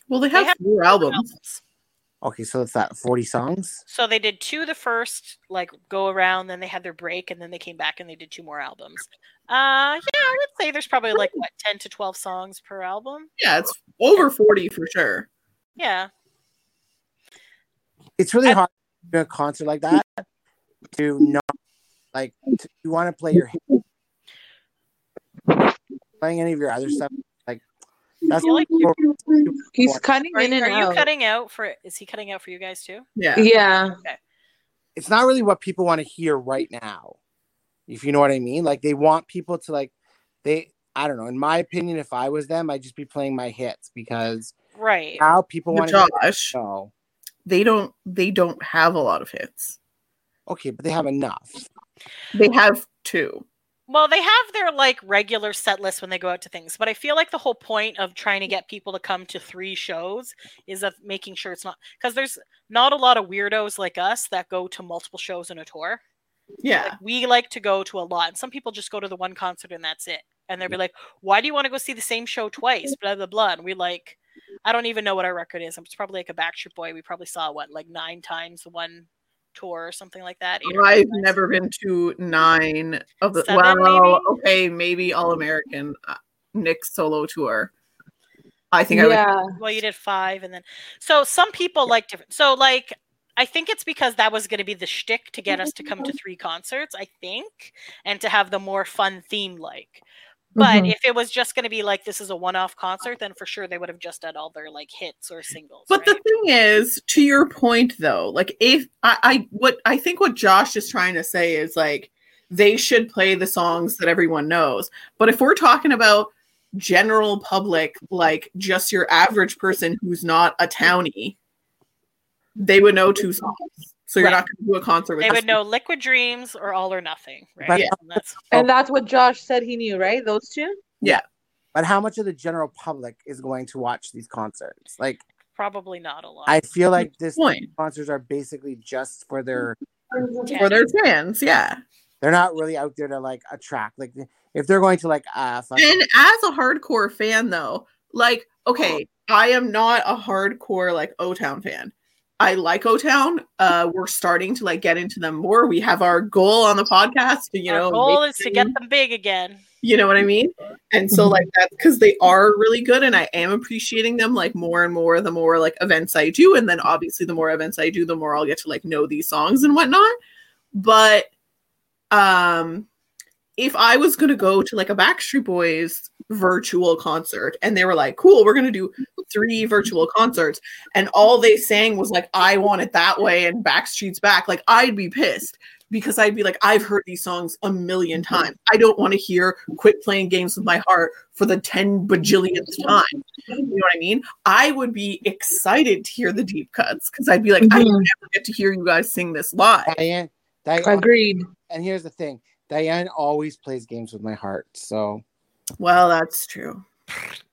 Speaker 1: well they
Speaker 2: They
Speaker 1: have
Speaker 2: have
Speaker 1: four albums
Speaker 4: Okay, so it's that 40 songs?
Speaker 2: So they did two the first like go around, then they had their break, and then they came back and they did two more albums. Uh, yeah, I would say there's probably like what ten to twelve songs per album.
Speaker 1: Yeah, it's over 40 for sure.
Speaker 2: Yeah,
Speaker 4: It's really
Speaker 2: I-
Speaker 4: hard to do a concert like that to not like to, you want to play your playing any of your other stuff like that's
Speaker 2: feel like
Speaker 3: He's cutting
Speaker 2: are,
Speaker 3: in
Speaker 2: you-
Speaker 3: and
Speaker 2: are you
Speaker 3: out.
Speaker 2: cutting out for? Is he cutting out for you guys too?
Speaker 1: Yeah.
Speaker 3: yeah.
Speaker 4: it's not really what people want to hear right now. If you know what I mean, like they want people to like they I don't know. In my opinion, if I was them, I'd just be playing my hits because
Speaker 2: Right.
Speaker 4: now people
Speaker 1: But
Speaker 4: want to
Speaker 1: Josh,
Speaker 4: know.
Speaker 1: they don't they don't have a lot of hits.
Speaker 4: Okay, but they have enough.
Speaker 1: They have two.
Speaker 2: Well, they have their like regular set list when they go out to things, but I feel like the whole point of trying
Speaker 1: Mm.
Speaker 2: to get people to come to three shows is of making sure it's not because there's not a lot of weirdos like us that go to multiple shows in a tour.
Speaker 1: Yeah.
Speaker 2: Like, we like to go to a lot, and some people just go to the one concert and that's it. And
Speaker 1: Mm.
Speaker 2: they'll be like, "Why do you want to go see the same show twice?" Blah blah blah. And we like, I don't even know what our record is. It's probably like a Backstreet Boy. We probably saw what like nine times the one tour or something like that. eight or
Speaker 1: I've
Speaker 2: nine times.
Speaker 1: never been to nine of the
Speaker 2: Seven,
Speaker 1: well,
Speaker 2: maybe?
Speaker 1: okay, maybe All American uh, Nick's solo tour. I think I would
Speaker 3: yeah.
Speaker 2: Well, you did five, and then so some people like different. So like, I think it's because that was going to be the shtick to get us to come
Speaker 1: Mm-hmm.
Speaker 2: to three concerts, I think, and to have the more fun theme like. But
Speaker 1: Mm-hmm.
Speaker 3: Mhm.
Speaker 2: if it was just going to be like this is a one-off concert, then for sure they would have just done all their like hits or singles.
Speaker 1: But
Speaker 2: right?
Speaker 1: the thing is, to your point though, like if I, I what I think what Josh is trying to say is like they should play the songs that everyone knows. But if we're talking about general public, like just your average person who's not a townie, they would know two songs. So you're
Speaker 2: Right.
Speaker 1: not going to do a concert with
Speaker 2: they
Speaker 1: this-
Speaker 2: would know "Liquid Dreams" or "All or Nothing," right?
Speaker 4: But-
Speaker 1: Yeah.
Speaker 2: And that's-
Speaker 4: Oh,
Speaker 3: And that's what Josh said he knew, right? Those two?
Speaker 4: But how much of the general public is going to watch these concerts? Like
Speaker 2: probably not a lot.
Speaker 4: I feel like this
Speaker 1: point
Speaker 4: concerts are basically just for their
Speaker 2: Yeah.
Speaker 1: for their fans. Yeah.
Speaker 4: they're not really out there to like attract like if they're going to like uh fucking,
Speaker 1: And as a hardcore fan, though, like, okay, I am not a hardcore like O Town fan. I like O Town. Uh, we're starting to like get into them more. We have our goal on the podcast. To, you
Speaker 2: Our
Speaker 1: know,
Speaker 2: goal
Speaker 1: make
Speaker 2: is to
Speaker 1: them-
Speaker 2: get them big again.
Speaker 1: You know what I mean? And so
Speaker 3: Mhm.
Speaker 1: like that because they are really good, and I am appreciating them like more and more. The more like events I do, and then obviously the more events I do, the more I'll get to like know these songs and whatnot. But um, if I was gonna go to like a Backstreet Boys virtual concert, and they were like, "Cool, we're gonna do three virtual concerts," and all they sang was like, "I want it that way" and "Backstreet's back," like I'd be pissed because I'd be like, I've heard these songs a million times. I don't want to hear quit playing games with my heart for the 10 bajillionth time. You know what I mean? I would be excited to hear the deep cuts because I'd be like, I
Speaker 3: Mhm.
Speaker 1: never get to hear you guys sing this live.
Speaker 4: Diane, Diane
Speaker 3: Agreed.
Speaker 4: and here's the thing Diane always plays games with my heart so
Speaker 1: Well, that's true.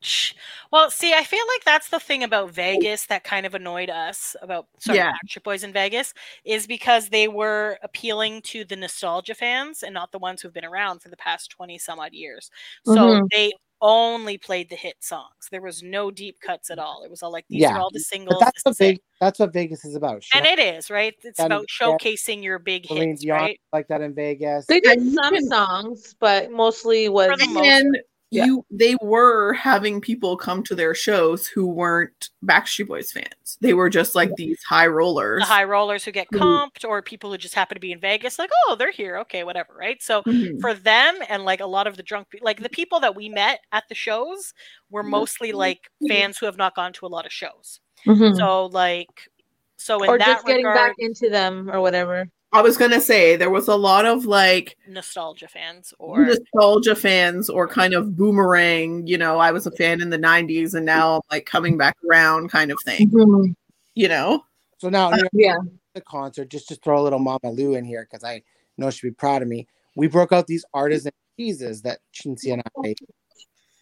Speaker 2: Shh. Well, see, I feel like that's the thing about Vegas that kind of annoyed us about sorry,
Speaker 1: Yeah.
Speaker 2: Backstreet Boys in Vegas is because they were appealing to the nostalgia fans and not the ones who've been around for the past 20 some odd years. So
Speaker 4: Mm-hmm.
Speaker 3: Mhm.
Speaker 2: they only played the hit songs. There was no deep cuts at all. It was all like these
Speaker 4: Yeah.
Speaker 2: are all the
Speaker 4: but
Speaker 2: singles.
Speaker 4: that's
Speaker 2: this
Speaker 4: what
Speaker 2: is it.
Speaker 4: Vegas, that's what Vegas is about. She
Speaker 2: And it is, right? It's
Speaker 4: And
Speaker 2: about
Speaker 4: Sharon-
Speaker 2: showcasing your big
Speaker 4: Celine
Speaker 2: hits,
Speaker 4: Dion
Speaker 2: right?
Speaker 4: like that in Vegas.
Speaker 3: They did
Speaker 1: And
Speaker 3: some
Speaker 1: even-
Speaker 3: songs, but mostly was
Speaker 2: For the most
Speaker 1: And
Speaker 4: Yeah.
Speaker 1: you they were having people come to their shows who weren't Backstreet Boys fans. They were just like these high rollers.
Speaker 2: The high rollers who get
Speaker 4: Mm-hmm.
Speaker 1: Mhm.
Speaker 2: comped or people who just happen to be in Vegas, like, oh, they're here. Okay, whatever, right? So
Speaker 1: Mhm.
Speaker 2: for them and like a lot of the drunk pe- like the people that we met at the shows were
Speaker 3: Mm-hmm.
Speaker 2: mostly like fans who have not gone to a lot of shows
Speaker 3: Mm-hmm.
Speaker 2: so like so in
Speaker 3: or
Speaker 2: that
Speaker 3: just getting
Speaker 2: regard
Speaker 3: back into them or whatever.
Speaker 1: I was gonna say there was a lot of like
Speaker 2: nostalgia fans or
Speaker 1: nostalgia fans or kind of boomerang, you know, I was a fan in the 90s and now I'm like coming back around kind of thing,
Speaker 3: Mm-hmm.
Speaker 1: you know?
Speaker 4: so now here
Speaker 3: Yeah.
Speaker 4: at the concert, just to throw a little Mama Lou in here because I know she'd be proud of me. We broke out these artisan cheeses that Chintzy and I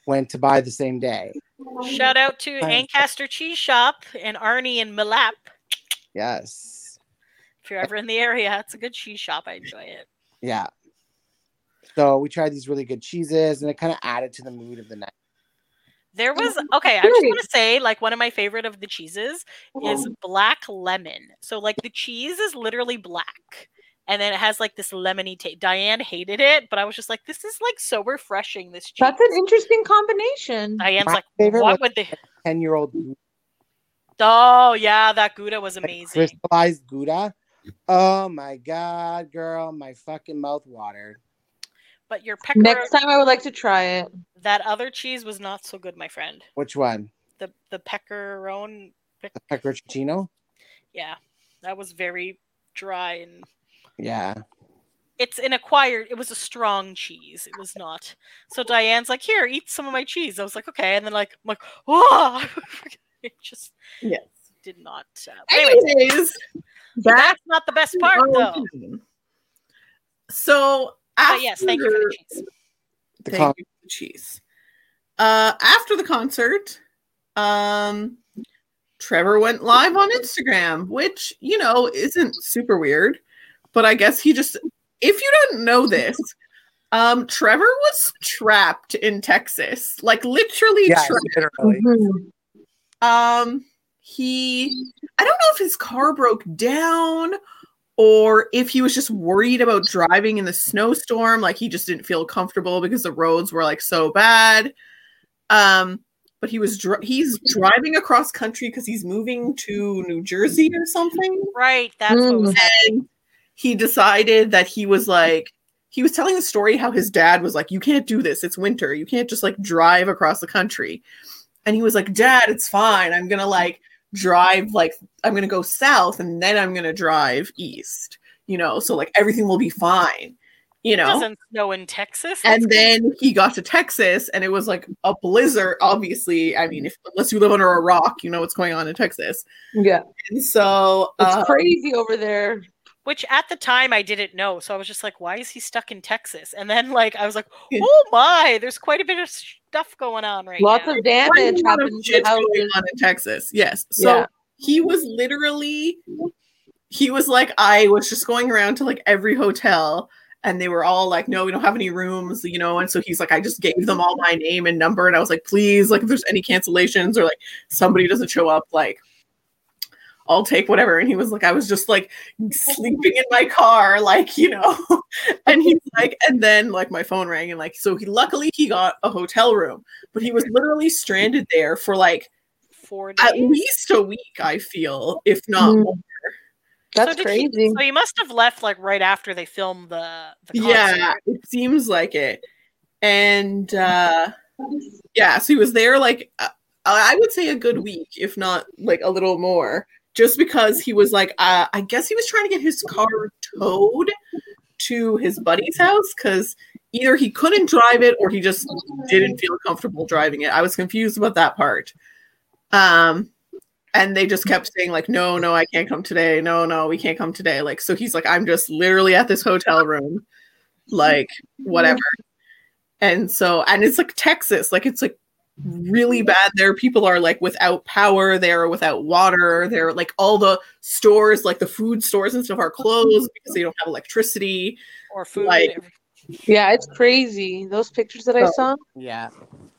Speaker 4: went to buy the same day.
Speaker 2: shout out to
Speaker 4: Fine.
Speaker 2: ancaster cheese shop and arnie in malap
Speaker 4: Yes.
Speaker 2: if you're ever in the area it's a good cheese shop i enjoy it
Speaker 4: Yeah. So we tried these really good cheeses and it kind of added to the mood of the night.
Speaker 2: There was okay. I just want to say, like, one of my favorite of the cheeses is black lemon. So, like, the cheese is literally black, and then it has like this lemony taste. Diane hated it, but I was just like, this is like so refreshing. This cheese.
Speaker 3: That's an interesting combination.
Speaker 2: Diane's
Speaker 4: My
Speaker 2: like,
Speaker 4: favorite
Speaker 2: what
Speaker 4: was-
Speaker 2: would they?
Speaker 4: Ten year old
Speaker 2: Oh yeah, that Gouda was amazing.
Speaker 4: crystallized gouda. Oh my god, girl, my fucking mouth watered.
Speaker 2: But your pecorino,
Speaker 3: Next time, I would like to try it.
Speaker 2: that other cheese was not so good, my friend.
Speaker 4: Which one?
Speaker 2: The the pecorone,
Speaker 4: Pecorino?
Speaker 2: yeah, that was very dry and
Speaker 4: Yeah.
Speaker 2: it's an acquired it was a strong cheese it was not so diane's like here eat some of my cheese i was like okay and then like i'm like oh it just
Speaker 1: Yes.
Speaker 2: did not uh, anyway
Speaker 1: Anyways, back
Speaker 2: that's not the best part
Speaker 1: Oh,
Speaker 2: though
Speaker 1: So after,
Speaker 2: but yes thank you for the cheese
Speaker 4: The
Speaker 1: thank
Speaker 4: con-
Speaker 1: you for the cheese. Uh, after the concert, um, Trevor went live on Instagram, which you know isn't super weird, but I guess he just if you don't know this. Um, Trevor was trapped in Texas, like literally
Speaker 4: yeah,
Speaker 1: trapped.
Speaker 4: literally.
Speaker 3: Mm-hmm.
Speaker 1: Um, he, I don't know if his car broke down or if he was just worried about driving in the snowstorm. Like he just didn't feel comfortable because the roads were like so bad. Um, but he was dr- he's driving across country because he's moving to New Jersey or something.
Speaker 2: right that's what
Speaker 1: Mm-hmm.
Speaker 2: was
Speaker 1: And he decided that he was like he was telling the story how his dad was like, "You can't do this. It's winter. You can't just like drive across the country." And he was like, "Dad, it's fine. I'm gonna like drive like I'm gonna go south and then I'm gonna drive east. You know, so like everything will be fine. You
Speaker 2: it
Speaker 1: know."
Speaker 2: doesn't snow in texas That's
Speaker 1: and then he got to Texas, and it was like a blizzard. Obviously, I mean, if unless you live under a rock, you know what's going on in Texas.
Speaker 3: Yeah,
Speaker 1: And so
Speaker 3: it's
Speaker 1: uh,
Speaker 3: crazy over there.
Speaker 2: which at the time I didn't know. So I was just like, why is he stuck in Texas? And then like I was like,
Speaker 1: Yeah.
Speaker 2: oh my, there's quite a bit of stuff going on right
Speaker 3: Lots
Speaker 2: now.
Speaker 3: of damage
Speaker 1: lot of
Speaker 3: happened to
Speaker 1: shit going
Speaker 3: houses.
Speaker 1: on in Texas. Yes. So
Speaker 3: Yeah.
Speaker 1: he was literally he was like I was just going around to like every hotel and they were all like no we don't have any rooms you know and so he's like I just gave them all my name and number and I was like please like if there's any cancellations or like somebody doesn't show up like I'll take whatever and he was like I was just like sleeping in my car like you know and he's like and then like my phone rang and like so he luckily he got a hotel room but he was literally stranded there for like
Speaker 2: Four
Speaker 1: at
Speaker 2: days.
Speaker 1: least a week i feel if not
Speaker 3: Mm.
Speaker 1: more.
Speaker 3: That's
Speaker 2: so did
Speaker 3: crazy.
Speaker 2: He, so he must have left like right after they filmed the, the concert.
Speaker 1: yeah it seems like it and uh yeah so he was there like uh, i would say a good week if not like a little more just because he was like uh, i guess he was trying to get his car towed to his buddy's house because either he couldn't drive it or he just didn't feel comfortable driving it. I was confused about that part. Um, and they just kept saying like, "No, no, I can't come today. No, no, we can't come today." Like, so he's like, "I'm just literally at this hotel room, like whatever." And so, and it's like Texas, like it's like really bad there. People are like without power, they're without water, they're like all the stores, like the food stores and stuff, are closed because they don't have electricity.
Speaker 2: Or food.
Speaker 1: Like,
Speaker 2: every-
Speaker 3: Yeah, it's crazy. Those pictures that I
Speaker 1: So-
Speaker 3: saw.
Speaker 4: Yeah.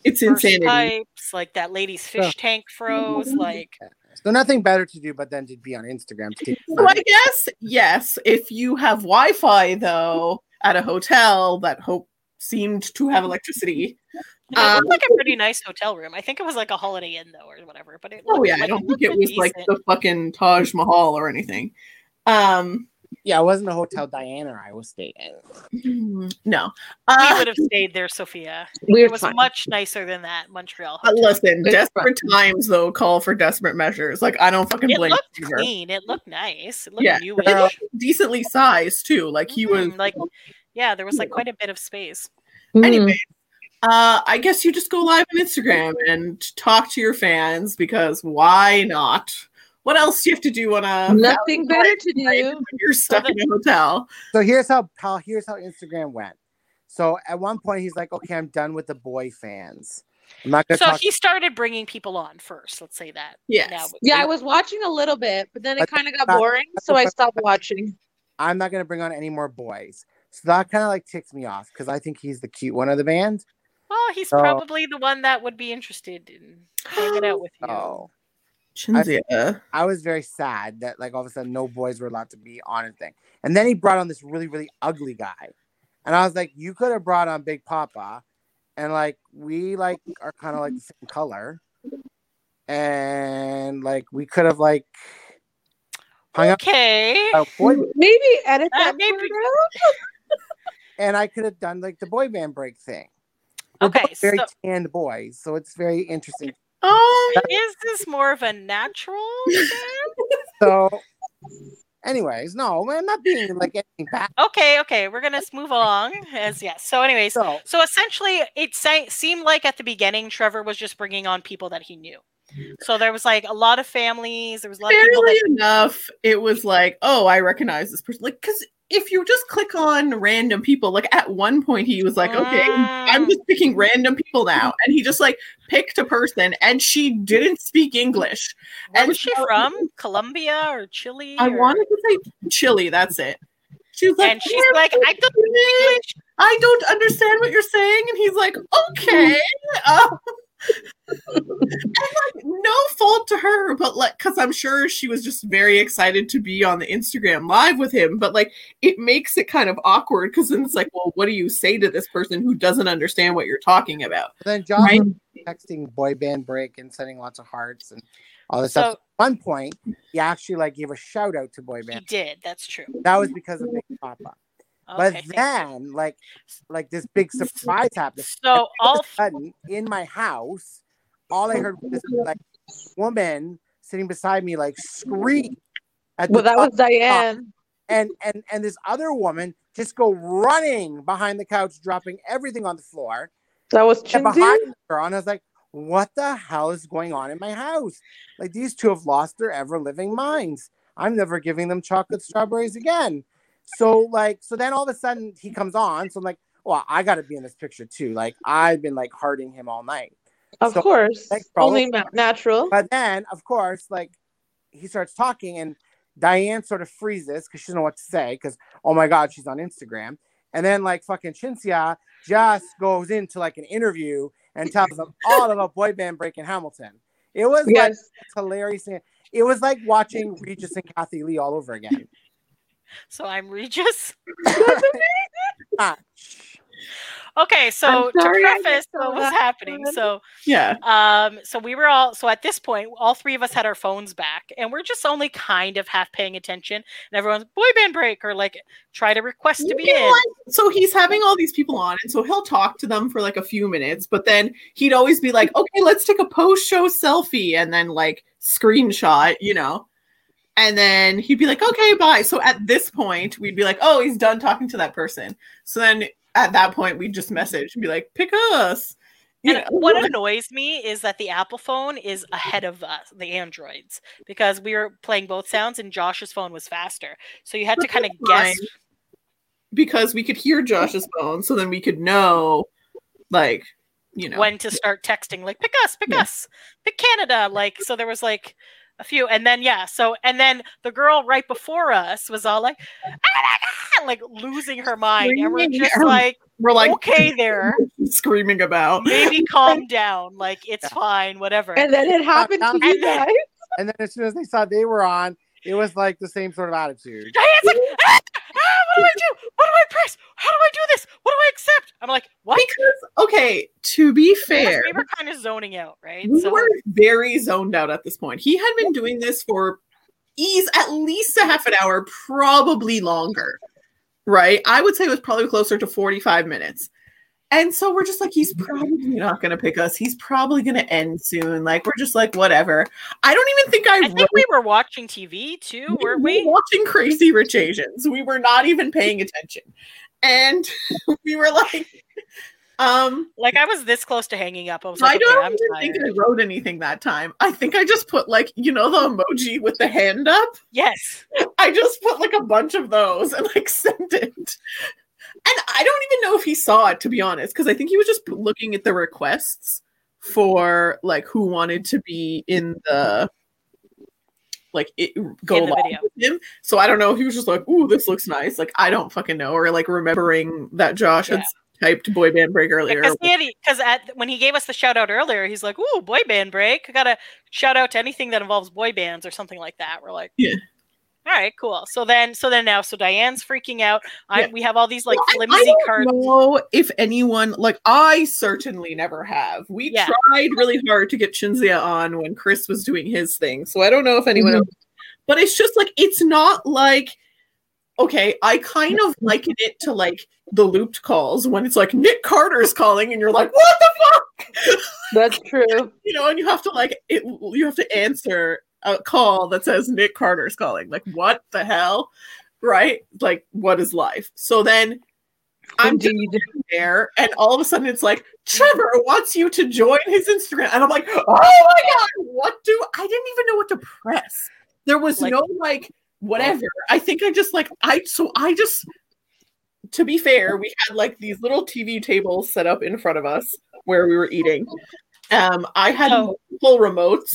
Speaker 1: It's
Speaker 2: burst
Speaker 1: insanity.
Speaker 2: pipes, like that lady's fish
Speaker 4: Yeah.
Speaker 2: tank froze. Like
Speaker 4: So nothing better to do but then to be on Instagram. To take-
Speaker 1: So I guess yes, if you have Wi-Fi though at a hotel that hope seemed to have electricity.
Speaker 2: it looked
Speaker 1: Um,
Speaker 2: like a pretty nice hotel room. I think it was like a Holiday Inn though, or whatever. But it
Speaker 1: Oh
Speaker 2: looked
Speaker 1: yeah, I
Speaker 2: like-
Speaker 1: don't think
Speaker 2: looked
Speaker 1: it was like
Speaker 2: decent.
Speaker 1: the fucking Taj Mahal or anything. Um,
Speaker 4: yeah, it wasn't a hotel Diana or I was staying.
Speaker 1: no.
Speaker 2: we
Speaker 1: Uh,
Speaker 2: would have stayed there, Sophia.
Speaker 3: We're
Speaker 2: It was
Speaker 3: fine.
Speaker 2: much nicer than that Montreal.
Speaker 1: but listen,
Speaker 3: It's
Speaker 1: desperate times though call for desperate measures. Like I don't fucking
Speaker 2: It
Speaker 1: blame
Speaker 2: looked
Speaker 1: Trevor.
Speaker 2: clean. It looked nice. It looked
Speaker 1: Yeah.
Speaker 2: newish.
Speaker 1: It looked decently sized too. Like he was
Speaker 2: Mhm,
Speaker 3: Mm-hmm.
Speaker 2: like, yeah, there was like quite a bit of space.
Speaker 3: Mm.
Speaker 1: Anyway, uh, I guess you just go live on Instagram and talk to your fans because why not? What else do you have to do on a
Speaker 3: nothing better to
Speaker 1: Valentine's
Speaker 3: do.
Speaker 1: when you're stuck in a hotel?
Speaker 4: So here's how, how here's how Instagram went. So at one point he's like, Okay, I'm done with the boy fans. I'm not gonna
Speaker 2: So
Speaker 4: talk
Speaker 2: he started bringing people on first. Let's say that.
Speaker 1: Yes.
Speaker 2: Now-
Speaker 3: Yeah, I was watching a little bit, but then it
Speaker 4: But-
Speaker 3: kind of got boring, so I stopped watching.
Speaker 4: I'm not gonna bring on any more boys. So that kind of like ticked me off because I think he's the cute one of the band.
Speaker 2: Oh, Oh, he's
Speaker 4: Oh.
Speaker 2: probably the one that would be interested in hanging out with you.
Speaker 4: Oh,
Speaker 1: Chinzia.
Speaker 4: I was very sad that like all of a sudden no boys were allowed to be on a thing. And then he brought on this really really ugly guy, and I was like, you could have brought on Big Papa, and like we like are kind of like the same color, and like we could have like hung out.
Speaker 2: Okay.
Speaker 4: about boy
Speaker 3: Maybe edit
Speaker 2: Uh,
Speaker 3: that.
Speaker 2: maybe-
Speaker 3: part out.
Speaker 4: and I could have done like the boy band break thing.
Speaker 2: Okay. So
Speaker 4: Very tanned boys, so it's very interesting.
Speaker 1: Oh,
Speaker 2: is this more of a natural? thing?
Speaker 4: So, anyways, no, I'm not being like anything bad.
Speaker 2: okay. Okay. We're gonna move along. As yes. So, anyways,
Speaker 4: So,
Speaker 2: so essentially, it sa- seemed like at the beginning, Trevor was just bringing on people that he knew. So there was like a lot of families. There was a lot of people
Speaker 1: fairly
Speaker 2: that
Speaker 1: enough, it was like, oh, I recognize this person. Like, because if you just click on random people, like at one point he was like, okay, I'm just
Speaker 2: Um,
Speaker 1: picking random people now. And he just like picked a person and she didn't speak English.
Speaker 2: Mm, Where
Speaker 1: And
Speaker 2: was she
Speaker 1: so-
Speaker 2: from? Colombia or Chile?
Speaker 1: I
Speaker 2: or-
Speaker 1: wanted to say Chile, that's it. She was like,
Speaker 2: and she's like, I don't
Speaker 1: "Excuse me,
Speaker 2: English.
Speaker 1: I don't understand what you're saying. And he's like, okay. Um, and like, no fault to her, but like, because I'm sure she was just very excited to be on the Instagram live with him. But like, it makes it kind of awkward because then it's like, well, what do you say to this person who doesn't understand what you're talking about?
Speaker 4: then John
Speaker 1: Right.
Speaker 4: was texting boy band break and sending lots of hearts and all this stuff.
Speaker 2: So
Speaker 4: At one point, he actually like gave a shout out to boy
Speaker 2: he
Speaker 4: band.
Speaker 2: did. That's true.
Speaker 4: That was because of Big Papa.
Speaker 2: Okay.
Speaker 4: but
Speaker 2: thank you.
Speaker 4: then, like, like this big surprise happened.
Speaker 2: so all
Speaker 4: all of a sudden in my house, all I heard was this like woman sitting beside me like scream at
Speaker 3: Well,
Speaker 4: the
Speaker 3: that was Diane.
Speaker 4: and and and this other woman just go running behind the couch, dropping everything on the floor.
Speaker 3: That was
Speaker 4: And
Speaker 3: Chindu.
Speaker 4: behind her, and I was like, "What the hell is going on in my house? Like these two have lost their ever living minds. I'm never giving them chocolate strawberries again." So like, so then all of a sudden he comes on. So I'm like, "Well, I got to be in this picture too." Like I've been like harding him all night.
Speaker 3: Of
Speaker 4: So-
Speaker 3: course,
Speaker 4: Like,
Speaker 3: only ma- natural.
Speaker 4: But then, of course, like he starts talking, and Diane sort of freezes because she doesn't know what to say because oh my god, she's on Instagram. And then like fucking Chinsia just goes into like an interview and tells them all about boy band breaking Hamilton. It was like
Speaker 3: Yes,
Speaker 4: hilarious. and- It was like watching Regis and Kathy Lee all over again.
Speaker 2: so I'm Regis.
Speaker 4: Ah,
Speaker 2: Okay, so to
Speaker 3: sorry I didn't
Speaker 2: preface
Speaker 3: know
Speaker 2: what was
Speaker 3: that
Speaker 2: happening,
Speaker 3: one.
Speaker 2: so
Speaker 1: Yeah.
Speaker 2: um, so we were all so at this point, all three of us had our phones back, and we're just only kind of half paying attention. And everyone's boy band break or like try to request to be
Speaker 1: You know
Speaker 2: in.
Speaker 1: what? so he's having all these people on, and so he'll talk to them for like a few minutes, but then he'd always be like, "Okay, let's take a post-show selfie," and then like screenshot, you know, and then he'd be like, "Okay, bye." So at this point, we'd be like, "Oh, he's done talking to that person." So then at that point, we'd just message and be like, "Pick us." You
Speaker 2: And
Speaker 1: know?
Speaker 2: what annoys me is that the Apple phone is ahead of us, the Androids, because we were playing both sounds and Josh's phone was faster. So you had to
Speaker 1: But
Speaker 2: kind of
Speaker 1: that's
Speaker 2: guess.
Speaker 1: fine. because we could hear Josh's phone, so then we could know, like, you know,
Speaker 2: when to start texting like pick us pick
Speaker 1: Yeah.
Speaker 2: us pick canada like so there was like a few and then yeah so and then the girl right before us was all like "Oh my God," like losing her mind and we're
Speaker 1: Screaming.
Speaker 2: just like
Speaker 1: we're like
Speaker 2: okay there
Speaker 1: screaming about.
Speaker 2: maybe calm down like it's fine whatever
Speaker 3: and then it happened to you
Speaker 2: And then-
Speaker 3: guys.
Speaker 4: and then as soon as they saw they were on, it was like the same sort of attitude.
Speaker 2: Diane's like "Ah, ah, what do i do what do i press how do i do this what do i accept i'm like what
Speaker 1: Because okay, to be
Speaker 2: Because
Speaker 1: fair,
Speaker 2: we were kind of zoning out right
Speaker 1: we
Speaker 2: so
Speaker 1: were very zoned out at this point. He had been doing this for ease at least a half an hour, probably longer. Right? I would say it was probably closer to 45 minutes. And so we're just like, he's
Speaker 2: Mm-hmm.
Speaker 1: probably not gonna pick us. He's probably gonna end soon. Like we're just like, whatever. I don't even think I,
Speaker 2: i think
Speaker 1: wrote-
Speaker 2: we were watching tv too
Speaker 1: were
Speaker 2: weren't we
Speaker 1: watching Crazy Rich Asians. We were not even paying attention. And we were like, um,
Speaker 2: like i was this close to hanging up i was like
Speaker 1: I
Speaker 2: "Okay,
Speaker 1: don't
Speaker 2: I'm
Speaker 1: even
Speaker 2: tired."
Speaker 1: think I wrote anything that time. I think I just put like, you know, the emoji with the hand up.
Speaker 2: Yes.
Speaker 1: I just put like a bunch of those and like sent it. And I don't even know if he saw it, to be honest, because I think he was just looking at the requests for like who wanted to be in the like it, go
Speaker 2: In the
Speaker 1: live
Speaker 2: video.
Speaker 1: with him. So I don't know. He was just like, "Ooh, this looks nice." Like I don't fucking know, or like remembering that Josh had
Speaker 2: Yeah.
Speaker 1: sent typed boy band break earlier.
Speaker 2: Because when he gave us the shout out earlier, he's like, "Ooh, boy band break! I gotta shout out to anything that involves boy bands or something like that." We're like,
Speaker 1: Yeah.
Speaker 2: All right, cool. So then, so then now, so Diane's freaking out. I,
Speaker 1: Yeah.
Speaker 2: We have all these like
Speaker 1: Well, I- I
Speaker 2: flimsy
Speaker 1: don't
Speaker 2: cards.
Speaker 1: know if anyone like I certainly never have. We
Speaker 2: Yeah.
Speaker 1: tried really hard to get Shinzia on when Chris was doing his thing, so I don't know if anyone
Speaker 3: Mhm.
Speaker 1: else. But it's just like it's not like okay. I kind of liken it to like the looped calls when it's like Nick Carter's calling and you're like what the fuck
Speaker 3: That's true.
Speaker 1: you know, and you have to like it, you have to answer a call that says Nick Carter's calling. Like what the hell, right? Like what is life? So then. I'm just
Speaker 3: Indeed.
Speaker 1: there, and all of a sudden it's like Trevor wants you to join his Instagram, and I'm like, oh my god, what do I didn't even know what to press. There was
Speaker 2: Like-
Speaker 1: no like whatever. I think I just like I so I just to be fair, we had like these little TV tables set up in front of us where we were eating. Um, I had
Speaker 2: Oh.
Speaker 1: multiple remotes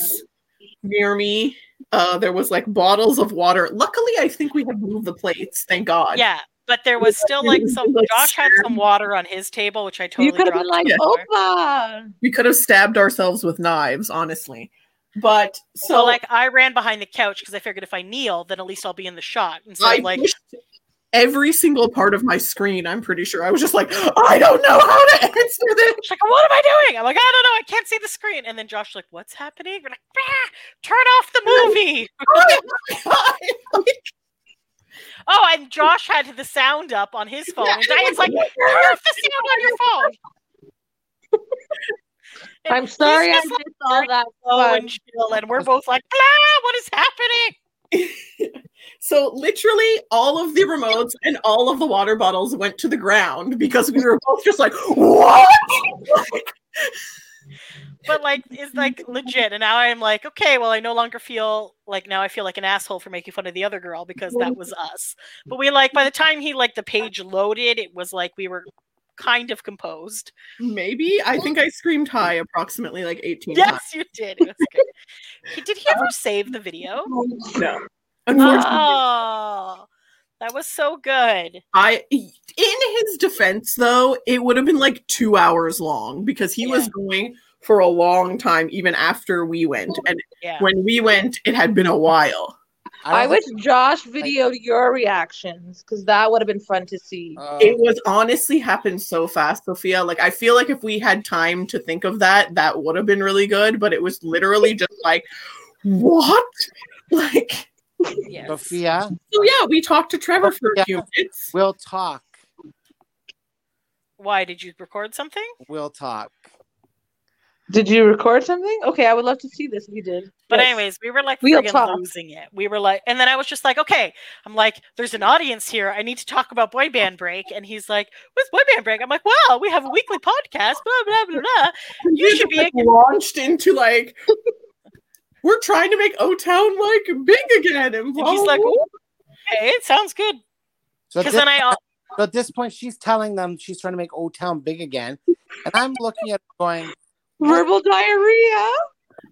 Speaker 1: near me. Uh, there was like bottles of water. Luckily, I think we had moved the plates. Thank God.
Speaker 2: Yeah, but there was still like some.
Speaker 1: Like,
Speaker 2: Josh had some water on his table, which I totally
Speaker 3: you could have
Speaker 2: dropped
Speaker 3: been like,
Speaker 2: somewhere.
Speaker 3: Opa.
Speaker 1: we could have stabbed ourselves with knives, honestly. But so,
Speaker 2: So, like I ran behind the couch because I figured if I kneel, then at least I'll be in the shot.
Speaker 1: I
Speaker 2: Instead of like
Speaker 1: pushed every single part of my screen. I'm pretty sure I was just like, I don't know how to answer this.
Speaker 2: she's like, what am I doing? I'm like, I don't know, I can't see the screen. And then Josh's like, what's happening? We're like, "Bah, turn off the movie.
Speaker 1: Oh my God.
Speaker 2: Oh, and Josh had the sound up on his phone.
Speaker 1: Yeah,
Speaker 2: and
Speaker 1: it
Speaker 2: Diane's
Speaker 1: was-
Speaker 2: like, turn off the sound on your phone. And
Speaker 3: I'm sorry I
Speaker 2: he's
Speaker 3: missed
Speaker 2: just
Speaker 3: all that.
Speaker 2: low
Speaker 3: fun.
Speaker 2: and chill, and we're both like, ah, what is happening?
Speaker 1: So literally, all of the remotes and all of the water bottles went to the ground because we were both just like, what?
Speaker 2: But like, it's like legit. And now I'm like, okay, well, I no longer feel like now I feel like an asshole for making fun of the other girl because that was us. But we like by the time he like the page loaded, it was like we were kind of composed.
Speaker 1: Maybe I think I screamed high approximately like 18 times.
Speaker 2: Yes, you did. It was good. He- Did he ever save the video?
Speaker 1: No, unfortunately,
Speaker 2: Oh, that was so good.
Speaker 1: I in his defense though, it would have been like 2 hours long because he was going for a long time even after we went and
Speaker 2: Yeah.
Speaker 1: when we went it had been a while.
Speaker 3: I
Speaker 4: don't
Speaker 3: wish Josh videoed your reactions because that would have been fun to see.
Speaker 4: think- uh,
Speaker 1: It was honestly happened so fast, Sophia. Like I feel like if we had time to think of that, that would have been really good, but it was literally just like what? Like
Speaker 2: yes.
Speaker 4: Sophia,
Speaker 1: so yeah, we talked to Trevor for a few minutes.
Speaker 4: we'll talk.
Speaker 2: Why did you record something?
Speaker 4: We'll talk.
Speaker 3: Did you record something? Okay, I would love to see this if you did.
Speaker 2: But
Speaker 3: Yes.
Speaker 2: anyways, we were like
Speaker 3: Real
Speaker 2: friggin'
Speaker 3: talk.
Speaker 2: losing it. We were like, and then I was just like, okay, I'm like, there's an audience here. I need to talk about boy band break. And he's like, what's boy band break? I'm like, well, we have a weekly podcast. Blah blah blah blah. You should be
Speaker 1: like, launched into like we're trying to make O Town like big again. And,
Speaker 2: And he's like,
Speaker 3: Oh,
Speaker 1: blah,
Speaker 2: "Ooh, okay, it sounds good.
Speaker 4: So at,
Speaker 2: Because
Speaker 4: this,
Speaker 2: then I al-
Speaker 4: so at this point, she's telling them she's trying to make Old Town big again, and I'm looking at her going,
Speaker 3: Verbal diarrhea.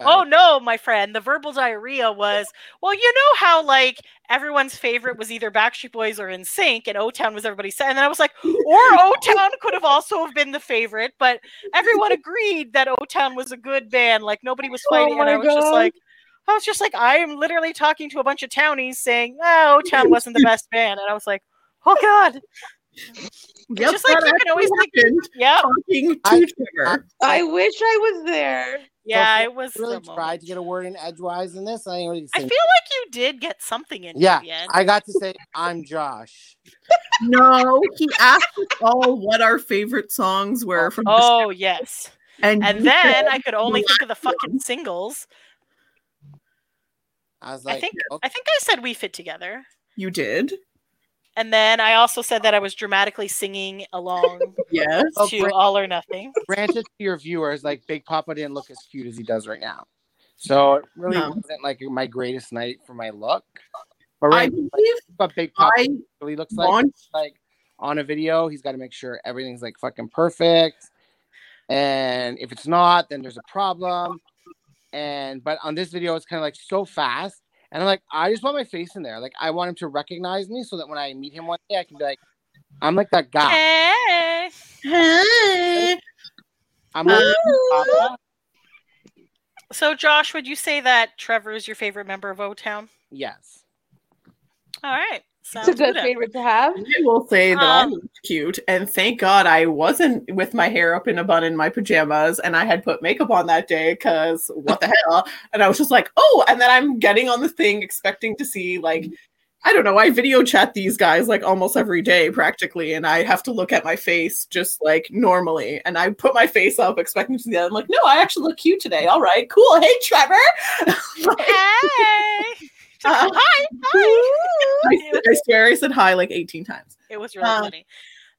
Speaker 2: Oh no, my friend. The verbal diarrhea was well, you know how like everyone's favorite was either Backstreet Boys or In Sync, and O Town was everybody's. sa- And then I was like, or O Town could have also have been the favorite, but everyone agreed that O Town was a good band. Like nobody was
Speaker 3: Oh
Speaker 2: fighting, and
Speaker 3: my
Speaker 2: I was just
Speaker 3: God.
Speaker 2: like, I was just like, I am literally talking to a bunch of townies saying, oh, O Town wasn't the best band, and I was like, oh God,
Speaker 1: yep,
Speaker 2: just like
Speaker 1: that
Speaker 2: you can always
Speaker 1: actually happened.
Speaker 2: yeah,
Speaker 1: talking to
Speaker 4: I-
Speaker 1: Trevor.
Speaker 3: I wish I was there.
Speaker 2: yeah,
Speaker 4: if
Speaker 2: it was.
Speaker 4: I really
Speaker 2: the moment.
Speaker 4: tried to get a word in edgewise in this. I ain't really
Speaker 2: I
Speaker 4: saying-
Speaker 2: feel like you did get something in.
Speaker 4: Yeah,
Speaker 2: the end.
Speaker 4: I got to say, I'm Josh.
Speaker 1: no, he asked us all what our favorite songs were from the
Speaker 2: Oh yes.
Speaker 1: show, and,
Speaker 2: And
Speaker 1: you
Speaker 2: then
Speaker 1: said-
Speaker 2: I could only think of the fucking singles.
Speaker 4: I was like,
Speaker 2: think-
Speaker 4: okay.
Speaker 2: I think I said We Fit Together.
Speaker 1: you did.
Speaker 2: And then I also said that I was dramatically singing along
Speaker 1: Yes.
Speaker 4: Oh,
Speaker 2: to
Speaker 4: great.
Speaker 2: All or Nothing.
Speaker 4: grant it to your viewers, like Big Papa didn't look as cute as he does right now. So it really
Speaker 1: No.
Speaker 4: wasn't like my greatest night for my look. But
Speaker 1: I
Speaker 4: right,
Speaker 1: believe
Speaker 4: what Big Papa
Speaker 1: I
Speaker 4: really looks like
Speaker 1: launched
Speaker 4: like on a video, he's got to make sure everything's like fucking perfect. And if it's not, then there's a problem. And but on this video, it's kind of like so fast. And I'm like, I just want my face in there. Like, I want him to recognize me so that when I meet him one day, I can be like, I'm like that guy.
Speaker 2: Hey.
Speaker 1: Hey.
Speaker 4: I'm like,
Speaker 1: Um,
Speaker 4: Papa.
Speaker 2: So, Josh, would you say that Trevor is your favorite member of O Town?
Speaker 4: Yes.
Speaker 2: All right.
Speaker 3: It's a
Speaker 2: Sounds
Speaker 3: good
Speaker 2: good.
Speaker 3: favorite to have.
Speaker 1: I will say that I
Speaker 2: Um,
Speaker 1: looked cute, and thank God I wasn't with my hair up in a bun in my pajamas, and I had put makeup on that day because what the hell? And I was just like, oh, and then I'm getting on the thing expecting to see like. I don't know. I video chat these guys like almost every day, practically, and I have to look at my face just like normally. And I put my face up expecting to see that. I'm like, no, I actually look cute today. All right, cool. Hey, Trevor.
Speaker 2: Hey. It's like,
Speaker 3: Uh-huh.
Speaker 1: Uh,
Speaker 2: hi. Hi.
Speaker 1: I,
Speaker 2: It was,
Speaker 1: I swear I said hi like 18 times.
Speaker 2: it was really
Speaker 1: Um,
Speaker 2: funny.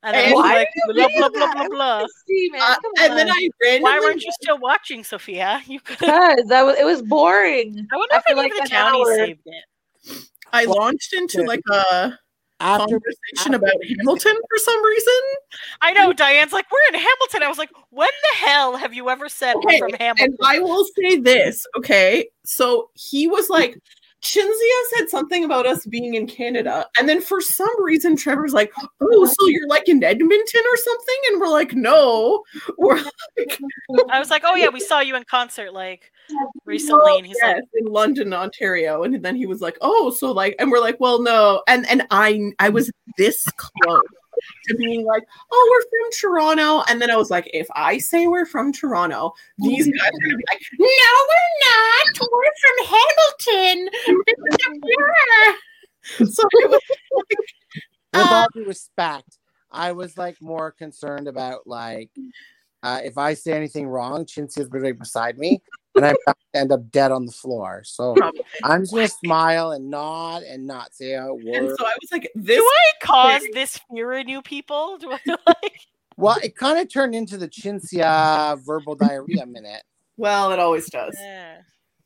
Speaker 2: And then I
Speaker 1: and
Speaker 2: was
Speaker 1: why
Speaker 2: like,
Speaker 3: Uh, are you
Speaker 2: blah,
Speaker 3: doing
Speaker 2: blah, blah, blah,
Speaker 3: that?
Speaker 2: blah.
Speaker 3: Steven,
Speaker 1: Uh,
Speaker 3: come
Speaker 1: and then
Speaker 3: on.
Speaker 1: I randomly
Speaker 2: Why weren't you still watching, Sophia? You could have.
Speaker 3: because that was it was boring.
Speaker 2: I wonder if
Speaker 3: After
Speaker 2: any
Speaker 3: like
Speaker 2: of
Speaker 3: an
Speaker 2: the townies
Speaker 3: hour.
Speaker 2: saved it.
Speaker 1: I launched into like a
Speaker 4: After
Speaker 1: conversation about Hamilton for some reason.
Speaker 2: I know Diane's like, we're in Hamilton. I was like, when the hell have you ever said we're
Speaker 1: Okay,
Speaker 2: from Hamilton?
Speaker 1: And I will say this, okay? So he was like, Chinzia said something about us being in Canada. And then for some reason, Trevor's like, oh, so you're like in Edmonton or something? And we're like, no. We're like,
Speaker 2: I was like, oh yeah, we saw you in concert like recently, and he's
Speaker 1: yes,
Speaker 2: like,
Speaker 1: in London, Ontario. And then he was like, oh, so like, and we're like, well, no. And and I I was this close to being like, oh, we're from Toronto. And then I was like, if I say we're from Toronto, these guys are gonna be like, no, we're not. We're from Hamilton. so it was
Speaker 4: with
Speaker 1: Uh,
Speaker 4: all due respect, I was like more concerned about like uh, if I say anything wrong, Chinsia's right beside me, and I'm about to end up dead on the floor. So
Speaker 1: Probably.
Speaker 4: I'm just gonna smile and nod and not say a
Speaker 1: and
Speaker 4: word.
Speaker 1: so I was like,
Speaker 2: do
Speaker 1: this
Speaker 2: I cause this fear in you people? Do I like?
Speaker 4: well, it kind of turned into the Chinsia verbal diarrhea minute.
Speaker 1: well, it always does.
Speaker 2: Yeah.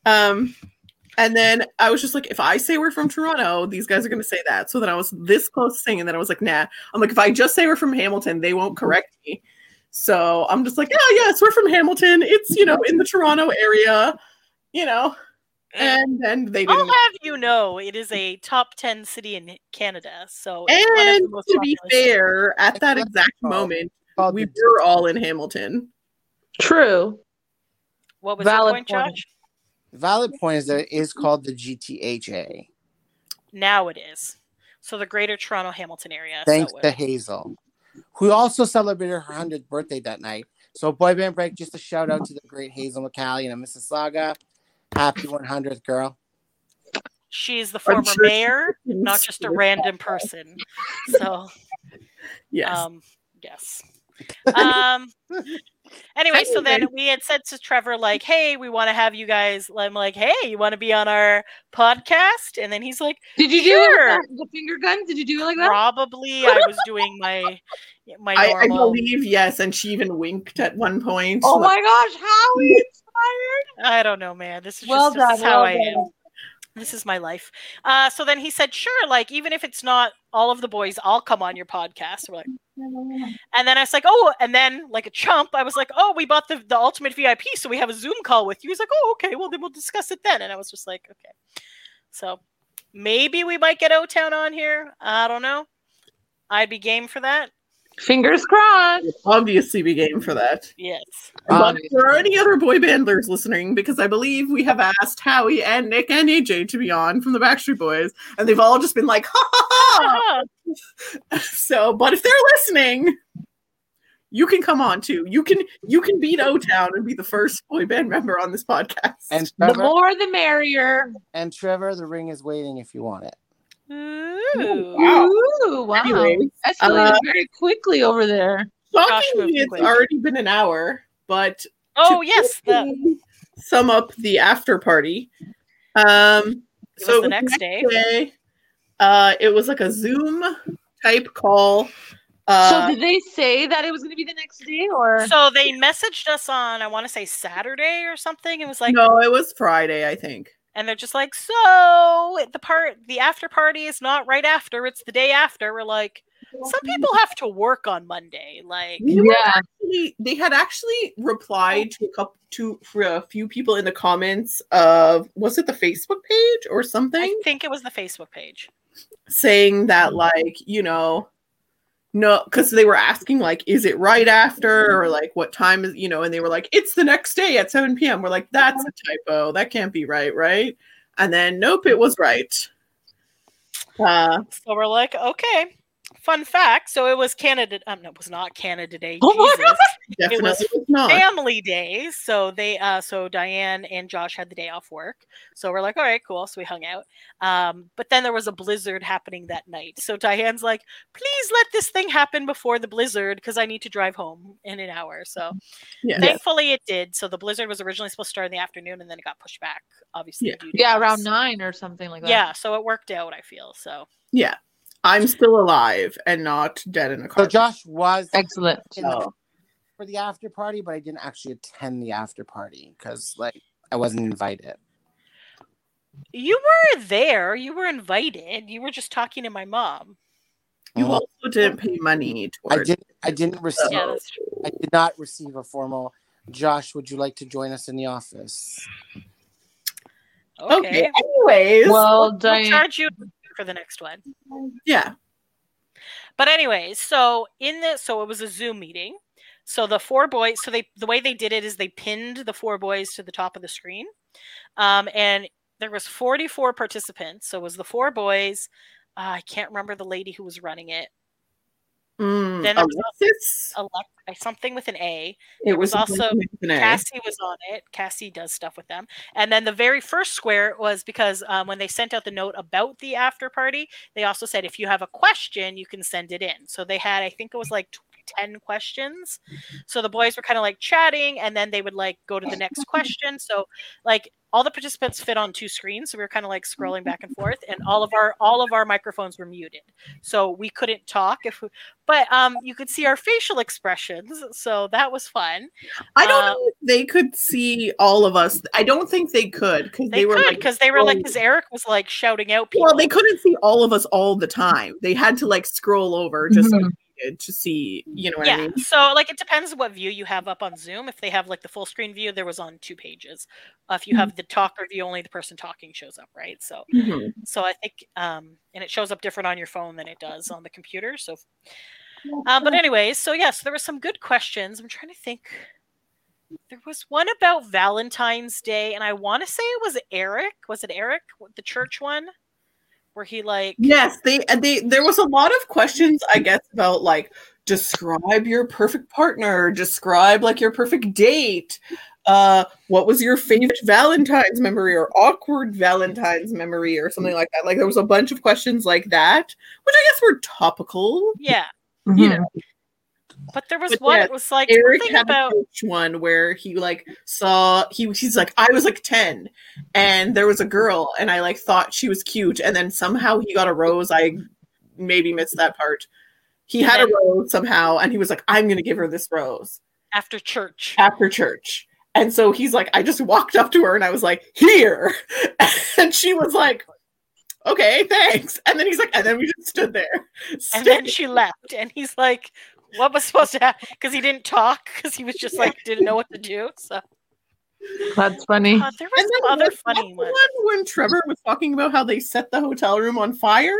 Speaker 1: Um, and then I was just like, if I say we're from Toronto, these guys are going to say that. So then I was this close to saying, and then I was like, nah. I'm like, if I just say we're from Hamilton, they won't correct me. So I'm just like, oh, yes, we're from Hamilton. It's, you know, in the Toronto area, you know. And then they
Speaker 2: I'll
Speaker 1: didn't.
Speaker 2: have you know, it is a top ten city in Canada, so it's one of the
Speaker 1: And
Speaker 2: most
Speaker 1: to be
Speaker 2: populous cities.
Speaker 1: fair, at that exact moment,
Speaker 4: Called
Speaker 1: we
Speaker 4: the-
Speaker 1: were all in Hamilton.
Speaker 3: True.
Speaker 2: what was your
Speaker 3: valid
Speaker 2: point,
Speaker 3: point.
Speaker 2: Josh?
Speaker 4: valid point is that it is called the GTHA.
Speaker 2: Now it is. So the Greater Toronto Hamilton area. so
Speaker 4: Thanks
Speaker 2: it
Speaker 4: to
Speaker 2: was-
Speaker 4: Hazel, who also celebrated her 100th birthday that night. So, Boy Band Break, just a shout out to the great Hazel McCallion of Mississauga. Happy 100th, girl.
Speaker 2: she's the former
Speaker 1: sure she
Speaker 2: mayor, not just a random person. So
Speaker 1: Yes.
Speaker 2: Um, yes. Um, anyway, so then
Speaker 1: Anyway.
Speaker 2: we had said to Trevor, like, hey, we want to have you guys. I'm like, hey, you want to be on our podcast? And then he's like,
Speaker 3: Did you
Speaker 2: Sure.
Speaker 3: do it with the finger gun? Did you do it like that?
Speaker 2: probably I was doing my my
Speaker 1: I, I
Speaker 2: normal.
Speaker 1: believe, yes. And she even winked at one point.
Speaker 3: Oh
Speaker 1: So
Speaker 3: my gosh, how inspired!
Speaker 2: I, don't know, man. This is
Speaker 3: Well
Speaker 2: just this is
Speaker 3: done,
Speaker 2: how
Speaker 3: well
Speaker 2: I am.
Speaker 3: done.
Speaker 2: This is my life. Uh, so then he said, sure, like, even if it's not all of the boys, I'll come on your podcast. We're like, And then I was like, oh, and then like a chump, I was like, oh, we bought the, the ultimate VIP, so we have a Zoom call with you. He's like, oh, okay, well, then we'll discuss it then. And I was just like, okay. So maybe we might get O Town on here. I don't know. I'd be game for that.
Speaker 3: Fingers crossed.
Speaker 1: obviously, be game for that.
Speaker 2: Yes.
Speaker 1: But
Speaker 4: Um,
Speaker 1: if there are any other boy bandlers listening, because I believe we have asked Howie and Nick and AJ to be on from the Backstreet Boys, and they've all just been like, ha ha
Speaker 2: Ah,
Speaker 1: ha. So, but if they're listening, you can come on too. You can you can beat O Town and be the first boy band member on this podcast.
Speaker 4: and,
Speaker 3: The
Speaker 4: Trevor,
Speaker 3: more, the merrier.
Speaker 4: and Trevor, the ring is waiting if you want it.
Speaker 2: Ooh.
Speaker 1: Wow.
Speaker 3: Ooh, wow.
Speaker 1: Anyways,
Speaker 3: Escalated
Speaker 1: uh,
Speaker 3: very quickly over there.
Speaker 2: moved
Speaker 1: shockingly, it's
Speaker 2: quick.
Speaker 1: already been an hour. But
Speaker 2: Oh,
Speaker 1: to
Speaker 2: yes. The,
Speaker 1: quickly sum up the after party. Um,
Speaker 2: it
Speaker 1: so
Speaker 2: was the next day.
Speaker 1: day. Uh, it was like a Zoom type call. Uh,
Speaker 3: so did they say that it was going to be the next day, or
Speaker 2: So they messaged us on, I want to say Saturday or something. It was like,
Speaker 1: no, it was Friday, I think.
Speaker 2: and they're just like, so the part, the after party is not right after; it's the day after. We're like, some people have to work on Monday. Like,
Speaker 1: They were
Speaker 3: Yeah.
Speaker 1: actually- they had actually replied to a couple to for a few people in the comments of was it the Facebook page or something Mm.
Speaker 2: I think it was the Facebook page.
Speaker 1: saying that like you know no, because they were asking like, is it right after or like what time is you know? And they were like, it's the next day at 7 p.m. We're like, that's a typo. That can't be right, right? And then nope, it was right. Uh,
Speaker 2: So we're like, okay. Fun fact. So it was Canada. Um, no, it was not Canada Day.
Speaker 3: Oh my
Speaker 2: Jesus.
Speaker 1: definitely
Speaker 2: was
Speaker 1: was not.
Speaker 2: Family Day. So they, uh, so Diane and Josh had the day off work. So we're like, all right, cool. So we hung out. Um, but then there was a blizzard happening that night. So Diane's like, please let this thing happen before the blizzard because I need to drive home in an hour. So
Speaker 1: Yeah.
Speaker 2: thankfully it did. So the blizzard was originally supposed to start in the afternoon and then it got pushed back, obviously.
Speaker 1: Yeah.
Speaker 2: due to
Speaker 3: Yeah,
Speaker 2: this.
Speaker 3: around nine or something like that.
Speaker 2: Yeah. So it worked out, I feel. So
Speaker 1: yeah. I'm still alive and not dead in a car.
Speaker 4: So Josh was
Speaker 3: Excellent.
Speaker 4: in the, for the after party, but I didn't actually attend the after party because like I wasn't invited.
Speaker 2: you were there. You were invited. You were just talking to my mom.
Speaker 1: you also didn't pay money
Speaker 4: I
Speaker 1: towards
Speaker 4: didn't. I didn't receive.
Speaker 2: Yeah, that's true.
Speaker 4: I did not receive a formal. Josh, would you like to join us in the office?
Speaker 2: Okay.
Speaker 1: okay. Anyways.
Speaker 3: Well,
Speaker 2: We'll
Speaker 3: Diane.
Speaker 2: charge you for the next one.
Speaker 1: yeah.
Speaker 2: But anyways, so in the so it was a Zoom meeting. So the four boys, so they the way they did it is they pinned the four boys to the top of the screen. Um, and there was 44 participants. So it was the four boys. Uh, I can't remember the lady who was running it.
Speaker 1: Mm,
Speaker 2: Then there was
Speaker 1: Alexis.
Speaker 2: Elect- something with an A.
Speaker 1: It
Speaker 2: was also
Speaker 1: an A.
Speaker 2: Cassie was on it. Cassie does stuff with them. And then the very first square was because um, when they sent out the note about the after party, they also said if you have a question, you can send it in. So they had, I think it was like tw- 10 questions. So the boys were kind of like chatting and then they would like go to the next question. So like all the participants fit on two screens. So we were kind of like scrolling back and forth and all of our all of our microphones were muted. So we couldn't talk if we, but um you could see our facial expressions. So that was fun.
Speaker 1: I don't
Speaker 2: uh,
Speaker 1: know if they could see all of us. I don't think they could because
Speaker 2: They,
Speaker 1: they, were
Speaker 2: could
Speaker 1: like,
Speaker 2: because they were like
Speaker 1: scrolling.
Speaker 2: because Eric was like shouting out people.
Speaker 1: well, they couldn't see all of us all the time. They had to like scroll over just like we did to see, you know what
Speaker 2: yeah.
Speaker 1: I mean?
Speaker 2: So like it depends what view you have up on Zoom. If they have like the full screen view, there was on two pages. Uh, if you
Speaker 1: Mm-hmm.
Speaker 2: have the talker view, only the person talking shows up, right? So
Speaker 1: Mhm.
Speaker 2: so I think um and it shows up different on your phone than it does on the computer. So um, but anyways, so yes, there were some good questions. I'm trying to think. There was one about Valentine's Day, and I want to say it was Eric. Was it Eric, the church one, where he like
Speaker 1: Yes, they and they there was a lot of questions, I guess, about like describe your perfect partner, describe like your perfect date. Uh, what was your favorite Valentine's memory or awkward Valentine's memory or something like that? Like there was a bunch of questions like that, which I guess were topical.
Speaker 2: yeah,
Speaker 1: You know,
Speaker 2: But there was
Speaker 1: But
Speaker 2: one.
Speaker 1: yeah,
Speaker 2: it was like
Speaker 1: Eric
Speaker 2: something
Speaker 1: had
Speaker 2: about
Speaker 1: a coach one where he like saw he he's like I was like ten, and there was a girl, and I like thought she was cute, and then somehow he got a rose. I maybe missed that part. He had a
Speaker 2: then-
Speaker 1: rose somehow, and he was like, "I'm gonna give her this rose
Speaker 2: after church.
Speaker 1: after church." And so he's like, I just walked up to her and I was like, "Here," and she was like, "Okay, thanks." And then he's like, and then we just stood there.
Speaker 2: And then she left, and he's like, "What was supposed to happen?" Because he didn't talk. Because he was just like didn't know what to do. So
Speaker 3: That's funny.
Speaker 2: Uh, there was some other
Speaker 1: what's-
Speaker 2: funny
Speaker 1: what's
Speaker 2: ones.
Speaker 1: the one when Trevor was talking about how they set the hotel room on fire.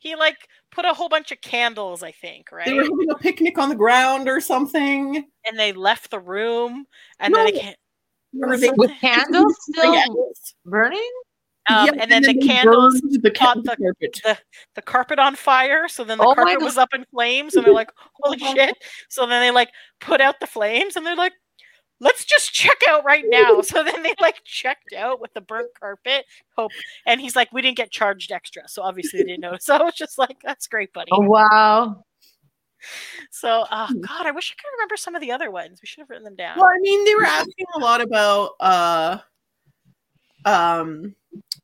Speaker 2: He like put a whole bunch of candles, I think, right?
Speaker 1: They were having a picnic on the ground or something.
Speaker 2: and they left the room, and then
Speaker 1: No.
Speaker 2: they can
Speaker 1: Or they
Speaker 3: With candles still
Speaker 1: Yeah.
Speaker 3: burning?
Speaker 2: um,
Speaker 1: Yeah,
Speaker 2: and then, the
Speaker 1: they
Speaker 2: candles.
Speaker 1: burned the, ca-
Speaker 2: caught
Speaker 1: the
Speaker 2: the-
Speaker 1: carpet.
Speaker 2: The, the carpet on fire, so then the
Speaker 3: Oh my
Speaker 2: carpet
Speaker 3: God.
Speaker 2: was up in flames, and they're like, "Holy shit!" So then they like put out the flames, and they're like, let's just check out right now. So then they like checked out with the burnt carpet. Hope and he's like, we didn't get charged extra, so obviously they didn't notice. So I was just like, that's great, buddy.
Speaker 3: Oh, wow.
Speaker 2: So oh god, I wish I could remember some of the other ones. We should have written them down.
Speaker 1: Well, I mean, they were asking a lot about, uh, um,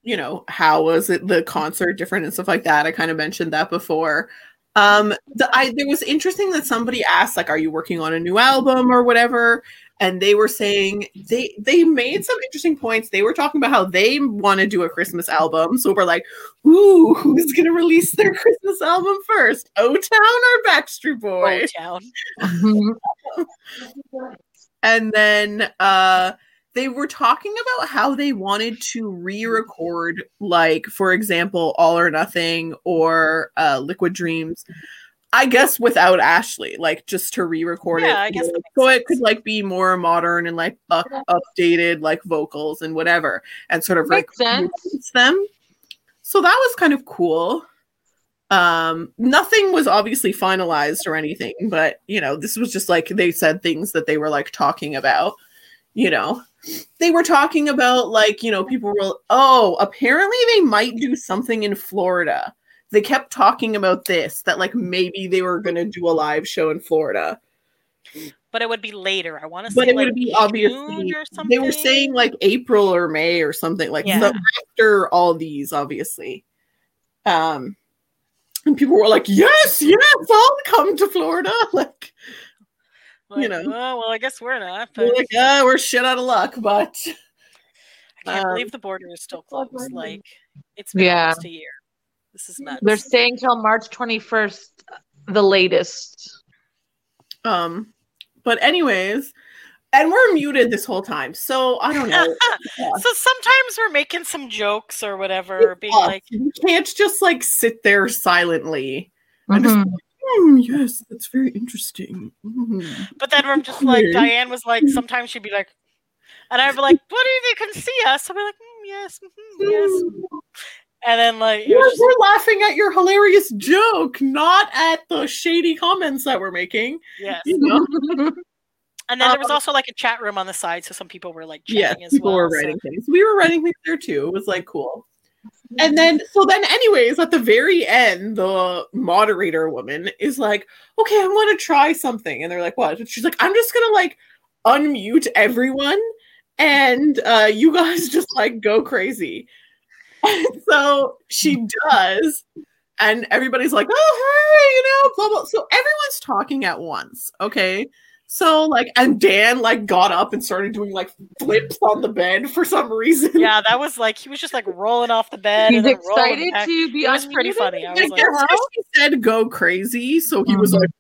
Speaker 1: you know, how was it the concert different and stuff like that. I kind of mentioned that before. Um, the, I there was interesting that somebody asked like, "Are you working on a new album or whatever?" And they were saying they they made some interesting points. They were talking about how they want to do a Christmas album. So we're like, "Ooh, who's gonna release their Christmas album first? O Town or Backstreet Boys?"
Speaker 2: Old town.
Speaker 1: And then uh they were talking about how they wanted to re-record like for example all or nothing or uh liquid dreams i guess without ashley like just to re-record it
Speaker 2: Yeah, I guess that makes
Speaker 1: so it
Speaker 2: sense.
Speaker 1: could like be more modern and like up- updated like vocals and whatever and sort of like
Speaker 3: Makes sense.
Speaker 1: release them so that was kind of cool um nothing was obviously finalized or anything but you know this was just like they said things that they were like talking about you know they were talking about like you know people were oh apparently they might do something in florida they kept talking about this that like maybe they were going to do a live show in florida
Speaker 2: but it would be later. I want to say,
Speaker 1: but it
Speaker 2: like,
Speaker 1: would be obviously
Speaker 2: June or
Speaker 1: they were
Speaker 2: something?
Speaker 1: saying like april or may or something like
Speaker 2: Yeah.
Speaker 1: so after all these obviously um and people were like yes yes i'll come to florida like
Speaker 2: like,
Speaker 1: you know.
Speaker 2: Oh, well, I guess we're not. But
Speaker 1: we're, like, "Ah, we're shit out of luck but
Speaker 2: I can't
Speaker 1: um,
Speaker 2: believe the border is still
Speaker 1: Well,
Speaker 2: closed.
Speaker 1: Brandon-
Speaker 2: Like, it's been
Speaker 3: Yeah.
Speaker 2: almost a year. This is nuts.
Speaker 3: They're staying till March 21st, the latest.
Speaker 1: um but anyways and we're muted this whole time so i don't know
Speaker 2: so sometimes we're making some jokes or whatever, being
Speaker 1: Us.
Speaker 2: like,
Speaker 1: Uh, you can't just like sit there silently I just-
Speaker 3: Mhm.
Speaker 1: Hmm, yes that's very interesting Mhm.
Speaker 2: but then I'm just like,
Speaker 1: Weird.
Speaker 2: Diane was like, sometimes she'd be like, and I'd be like, what do they can see us? I'd be like, mm, yes, mhm, yes.
Speaker 1: Mm.
Speaker 2: And then like, it
Speaker 1: We're,
Speaker 2: was just-
Speaker 1: we're laughing at your hilarious joke, not at the shady comments that we're making.
Speaker 2: yes.
Speaker 1: You know?
Speaker 2: And then there was also like a chat room on the side, so some people were like
Speaker 1: yes,
Speaker 2: chatting as
Speaker 1: Um, people
Speaker 2: well.
Speaker 1: were
Speaker 2: so-
Speaker 1: writing things. We were writing things there too. It was like cool. And then, so then, anyways, at the very end, the moderator woman is like, okay, I want to try something. And they're like, what? And she's like, I'm just going to like unmute everyone and uh, you guys just like go crazy. And so she does. And everybody's like, oh, hey, you know, blah, blah. So everyone's talking at once. Okay. So like, and Dan like got up and started doing like flips on the bed for some reason.
Speaker 2: yeah, that was like he was just like rolling off the bed.
Speaker 3: He's
Speaker 2: and then rolling
Speaker 3: excited
Speaker 2: back.
Speaker 3: to be
Speaker 2: It was pretty
Speaker 3: unmuted?
Speaker 2: funny. I
Speaker 1: I
Speaker 2: was
Speaker 1: guess
Speaker 2: like,
Speaker 1: she said go crazy, so he was
Speaker 3: Mhm.
Speaker 1: like,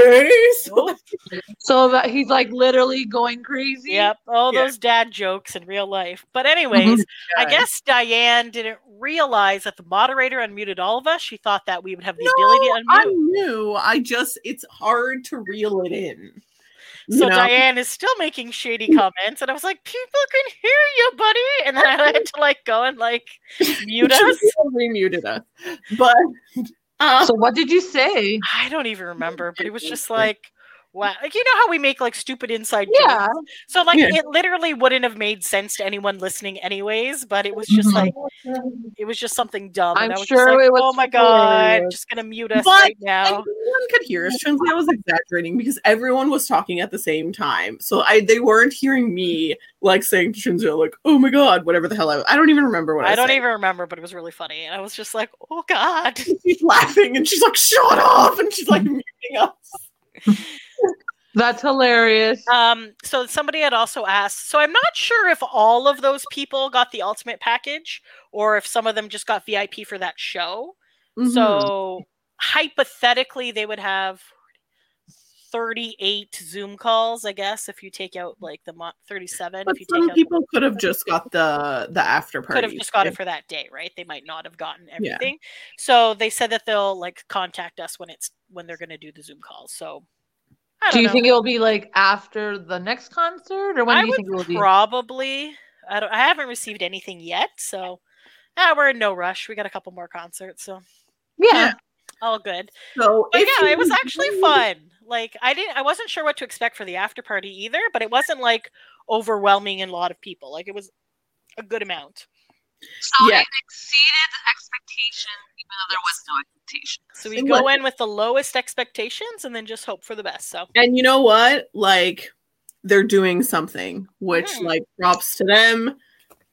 Speaker 1: okay. So
Speaker 3: So that he's like literally going crazy.
Speaker 2: Yep, all
Speaker 1: Yeah.
Speaker 2: those dad jokes in real life. But anyways, I guess Diane didn't realize that the moderator unmuted all of us. She thought that we would have the
Speaker 1: No,
Speaker 2: ability to
Speaker 1: I
Speaker 2: unmute.
Speaker 1: knew. I just it's hard to reel it in. You
Speaker 2: so
Speaker 1: know?
Speaker 2: Diane is still making shady comments, and I was like, "People can hear you, buddy." And then I had to like go and like mute us.
Speaker 1: She totally muted us. But uh,
Speaker 3: So what did you say?
Speaker 2: I don't even remember, but it was just like, wow, like you know how we make like stupid inside
Speaker 3: Yeah.
Speaker 2: jokes. So like
Speaker 1: Yeah.
Speaker 2: it literally wouldn't have made sense to anyone listening, anyways. But it was just
Speaker 1: Mm-hmm.
Speaker 3: Mhm.
Speaker 2: like it was just something dumb. and
Speaker 3: I'm
Speaker 2: I was just
Speaker 3: sure
Speaker 2: like,
Speaker 3: it was
Speaker 2: oh my god,
Speaker 3: hilarious.
Speaker 2: just gonna mute us
Speaker 1: But-
Speaker 2: right now.
Speaker 1: everyone could hear us. Translate was exaggerating because everyone was talking at the same time. So I they weren't hearing me like saying to Shinzo, like, oh my god, whatever the hell I I don't even remember what I,
Speaker 2: I don't
Speaker 1: said.
Speaker 2: even remember, but it was really funny. And I was just like, oh god.
Speaker 1: she's laughing and she's like, shut up, and she's like muting us.
Speaker 3: That's hilarious.
Speaker 2: Um, so somebody had also asked, so I'm not sure if all of those people got the ultimate package or if some of them just got VIP for that show.
Speaker 1: "Mm-hmm."
Speaker 3: Mm-hmm.
Speaker 2: So hypothetically, they would have 38 Zoom calls, I guess, if you take out like the mo- 37.
Speaker 1: but
Speaker 2: if you take
Speaker 1: some
Speaker 2: out,
Speaker 1: people could have just got the the after party.
Speaker 2: could have just got it for that day, right? They might not have gotten
Speaker 1: Yeah.
Speaker 2: everything. So they said that they'll like contact us when it's when they're going to do the Zoom calls. So I don't
Speaker 3: Do you
Speaker 2: know.
Speaker 3: think it'll be like after the next concert or when
Speaker 2: I
Speaker 3: do you
Speaker 2: would
Speaker 3: think it will be?
Speaker 2: probably. I don't. I haven't received anything yet, so ah, we're in no rush. We got a couple more concerts, so
Speaker 3: yeah.
Speaker 2: all good.
Speaker 1: So
Speaker 2: But
Speaker 1: if
Speaker 2: yeah,
Speaker 1: you
Speaker 2: it was actually
Speaker 1: do-
Speaker 2: fun. Like I didn't I wasn't sure what to expect for the after party either, but it wasn't like overwhelming in a lot of people. Like it was a good amount.
Speaker 3: So
Speaker 1: Yeah.
Speaker 3: it exceeded the expectation, even though there was no expectation.
Speaker 2: So
Speaker 1: It
Speaker 2: we go
Speaker 1: was.
Speaker 2: in with the lowest expectations and then just hope for the best. So
Speaker 1: And you know what? Like they're doing something, which
Speaker 2: Yeah.
Speaker 1: like props to them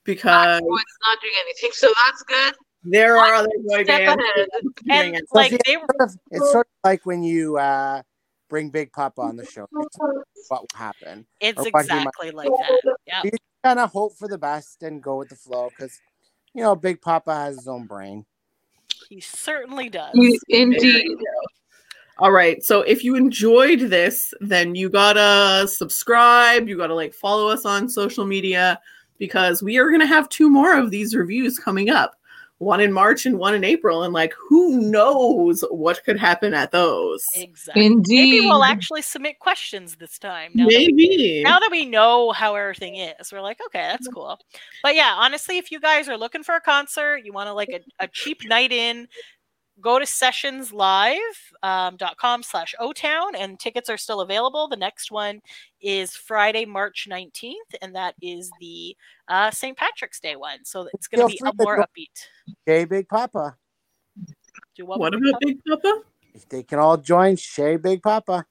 Speaker 1: because
Speaker 3: it's not doing anything, so that's good.
Speaker 1: there are other boy
Speaker 3: Step
Speaker 1: bands.
Speaker 3: ahead.
Speaker 1: doing
Speaker 2: and
Speaker 1: it.
Speaker 2: like
Speaker 4: Sophia,
Speaker 2: they were
Speaker 4: Sort of- it's sort of like when you uh, bring Big Papa on the show. It's what will happen?
Speaker 2: it's
Speaker 4: Or Rocky Mountain.
Speaker 2: exactly like that. Yeah.
Speaker 4: You kind of hope for the best and go with the flow because you know Big Papa has his own brain.
Speaker 2: He certainly does.
Speaker 3: You- Indeed.
Speaker 1: All right. So if you enjoyed this, then you gotta subscribe. You gotta like follow us on social media because we are gonna have two more of these reviews coming up. One in March and one in April. And like who knows what could happen at those.
Speaker 2: Exactly.
Speaker 3: Indeed.
Speaker 2: Maybe we'll actually submit questions this time. Now that
Speaker 1: Maybe.
Speaker 2: now that we know how everything is, we're like, okay, that's cool. But yeah, honestly, if you guys are looking for a concert, you want to like a, a cheap night in, go to sessionslive.com slash O-Town and tickets are still available. The next one is Friday, March 19th, and that is the uh, St. Patrick's Day one. So it's going
Speaker 4: Feel
Speaker 2: to be
Speaker 4: free
Speaker 2: a
Speaker 4: to
Speaker 2: more
Speaker 4: go-
Speaker 2: upbeat.
Speaker 4: Hey, Big Papa.
Speaker 2: Do
Speaker 1: What
Speaker 2: we
Speaker 1: about
Speaker 2: call it?
Speaker 1: Big Papa?
Speaker 4: They can all join Shay Big Papa.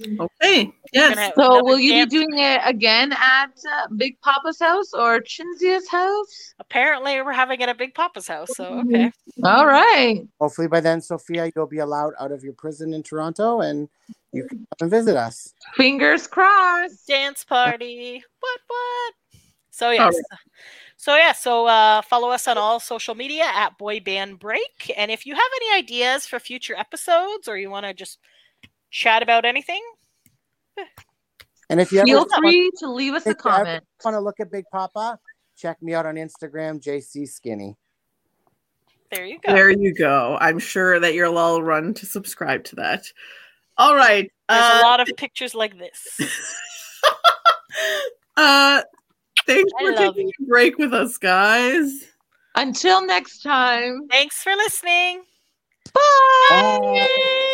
Speaker 1: Okay.
Speaker 2: We're gonna
Speaker 1: Yes.
Speaker 2: have
Speaker 3: So
Speaker 2: another
Speaker 3: will you be
Speaker 2: dance-
Speaker 3: doing it again at uh, Big Papa's house or Chinzia's house?
Speaker 2: Apparently, we're having it at Big Papa's house. So
Speaker 1: Mm-hmm.
Speaker 2: okay,
Speaker 3: All right.
Speaker 4: Hopefully by then, Sophia, you'll be allowed out of your prison in Toronto and you can come and visit us.
Speaker 3: Fingers crossed.
Speaker 2: dance party. What what? So
Speaker 1: All
Speaker 2: yes. So yeah, so uh, follow us on all social media at Boy Band Break, and if you have any ideas for future episodes or you want to just chat about anything,
Speaker 4: And if you ever
Speaker 3: Feel
Speaker 4: want
Speaker 3: free to leave us a
Speaker 4: If you ever
Speaker 3: comment.
Speaker 4: to look at Big Papa, check me out on Instagram, JC Skinny.
Speaker 2: there you go.
Speaker 1: There you go. I'm sure that you'll all run to subscribe to that. All right.
Speaker 2: There's
Speaker 1: uh,
Speaker 2: a lot of pictures like this.
Speaker 1: Uh, thanks
Speaker 2: I
Speaker 1: for
Speaker 2: love
Speaker 1: taking a break with us, guys.
Speaker 3: Until next time.
Speaker 2: Thanks for listening.
Speaker 3: Bye.
Speaker 4: Bye.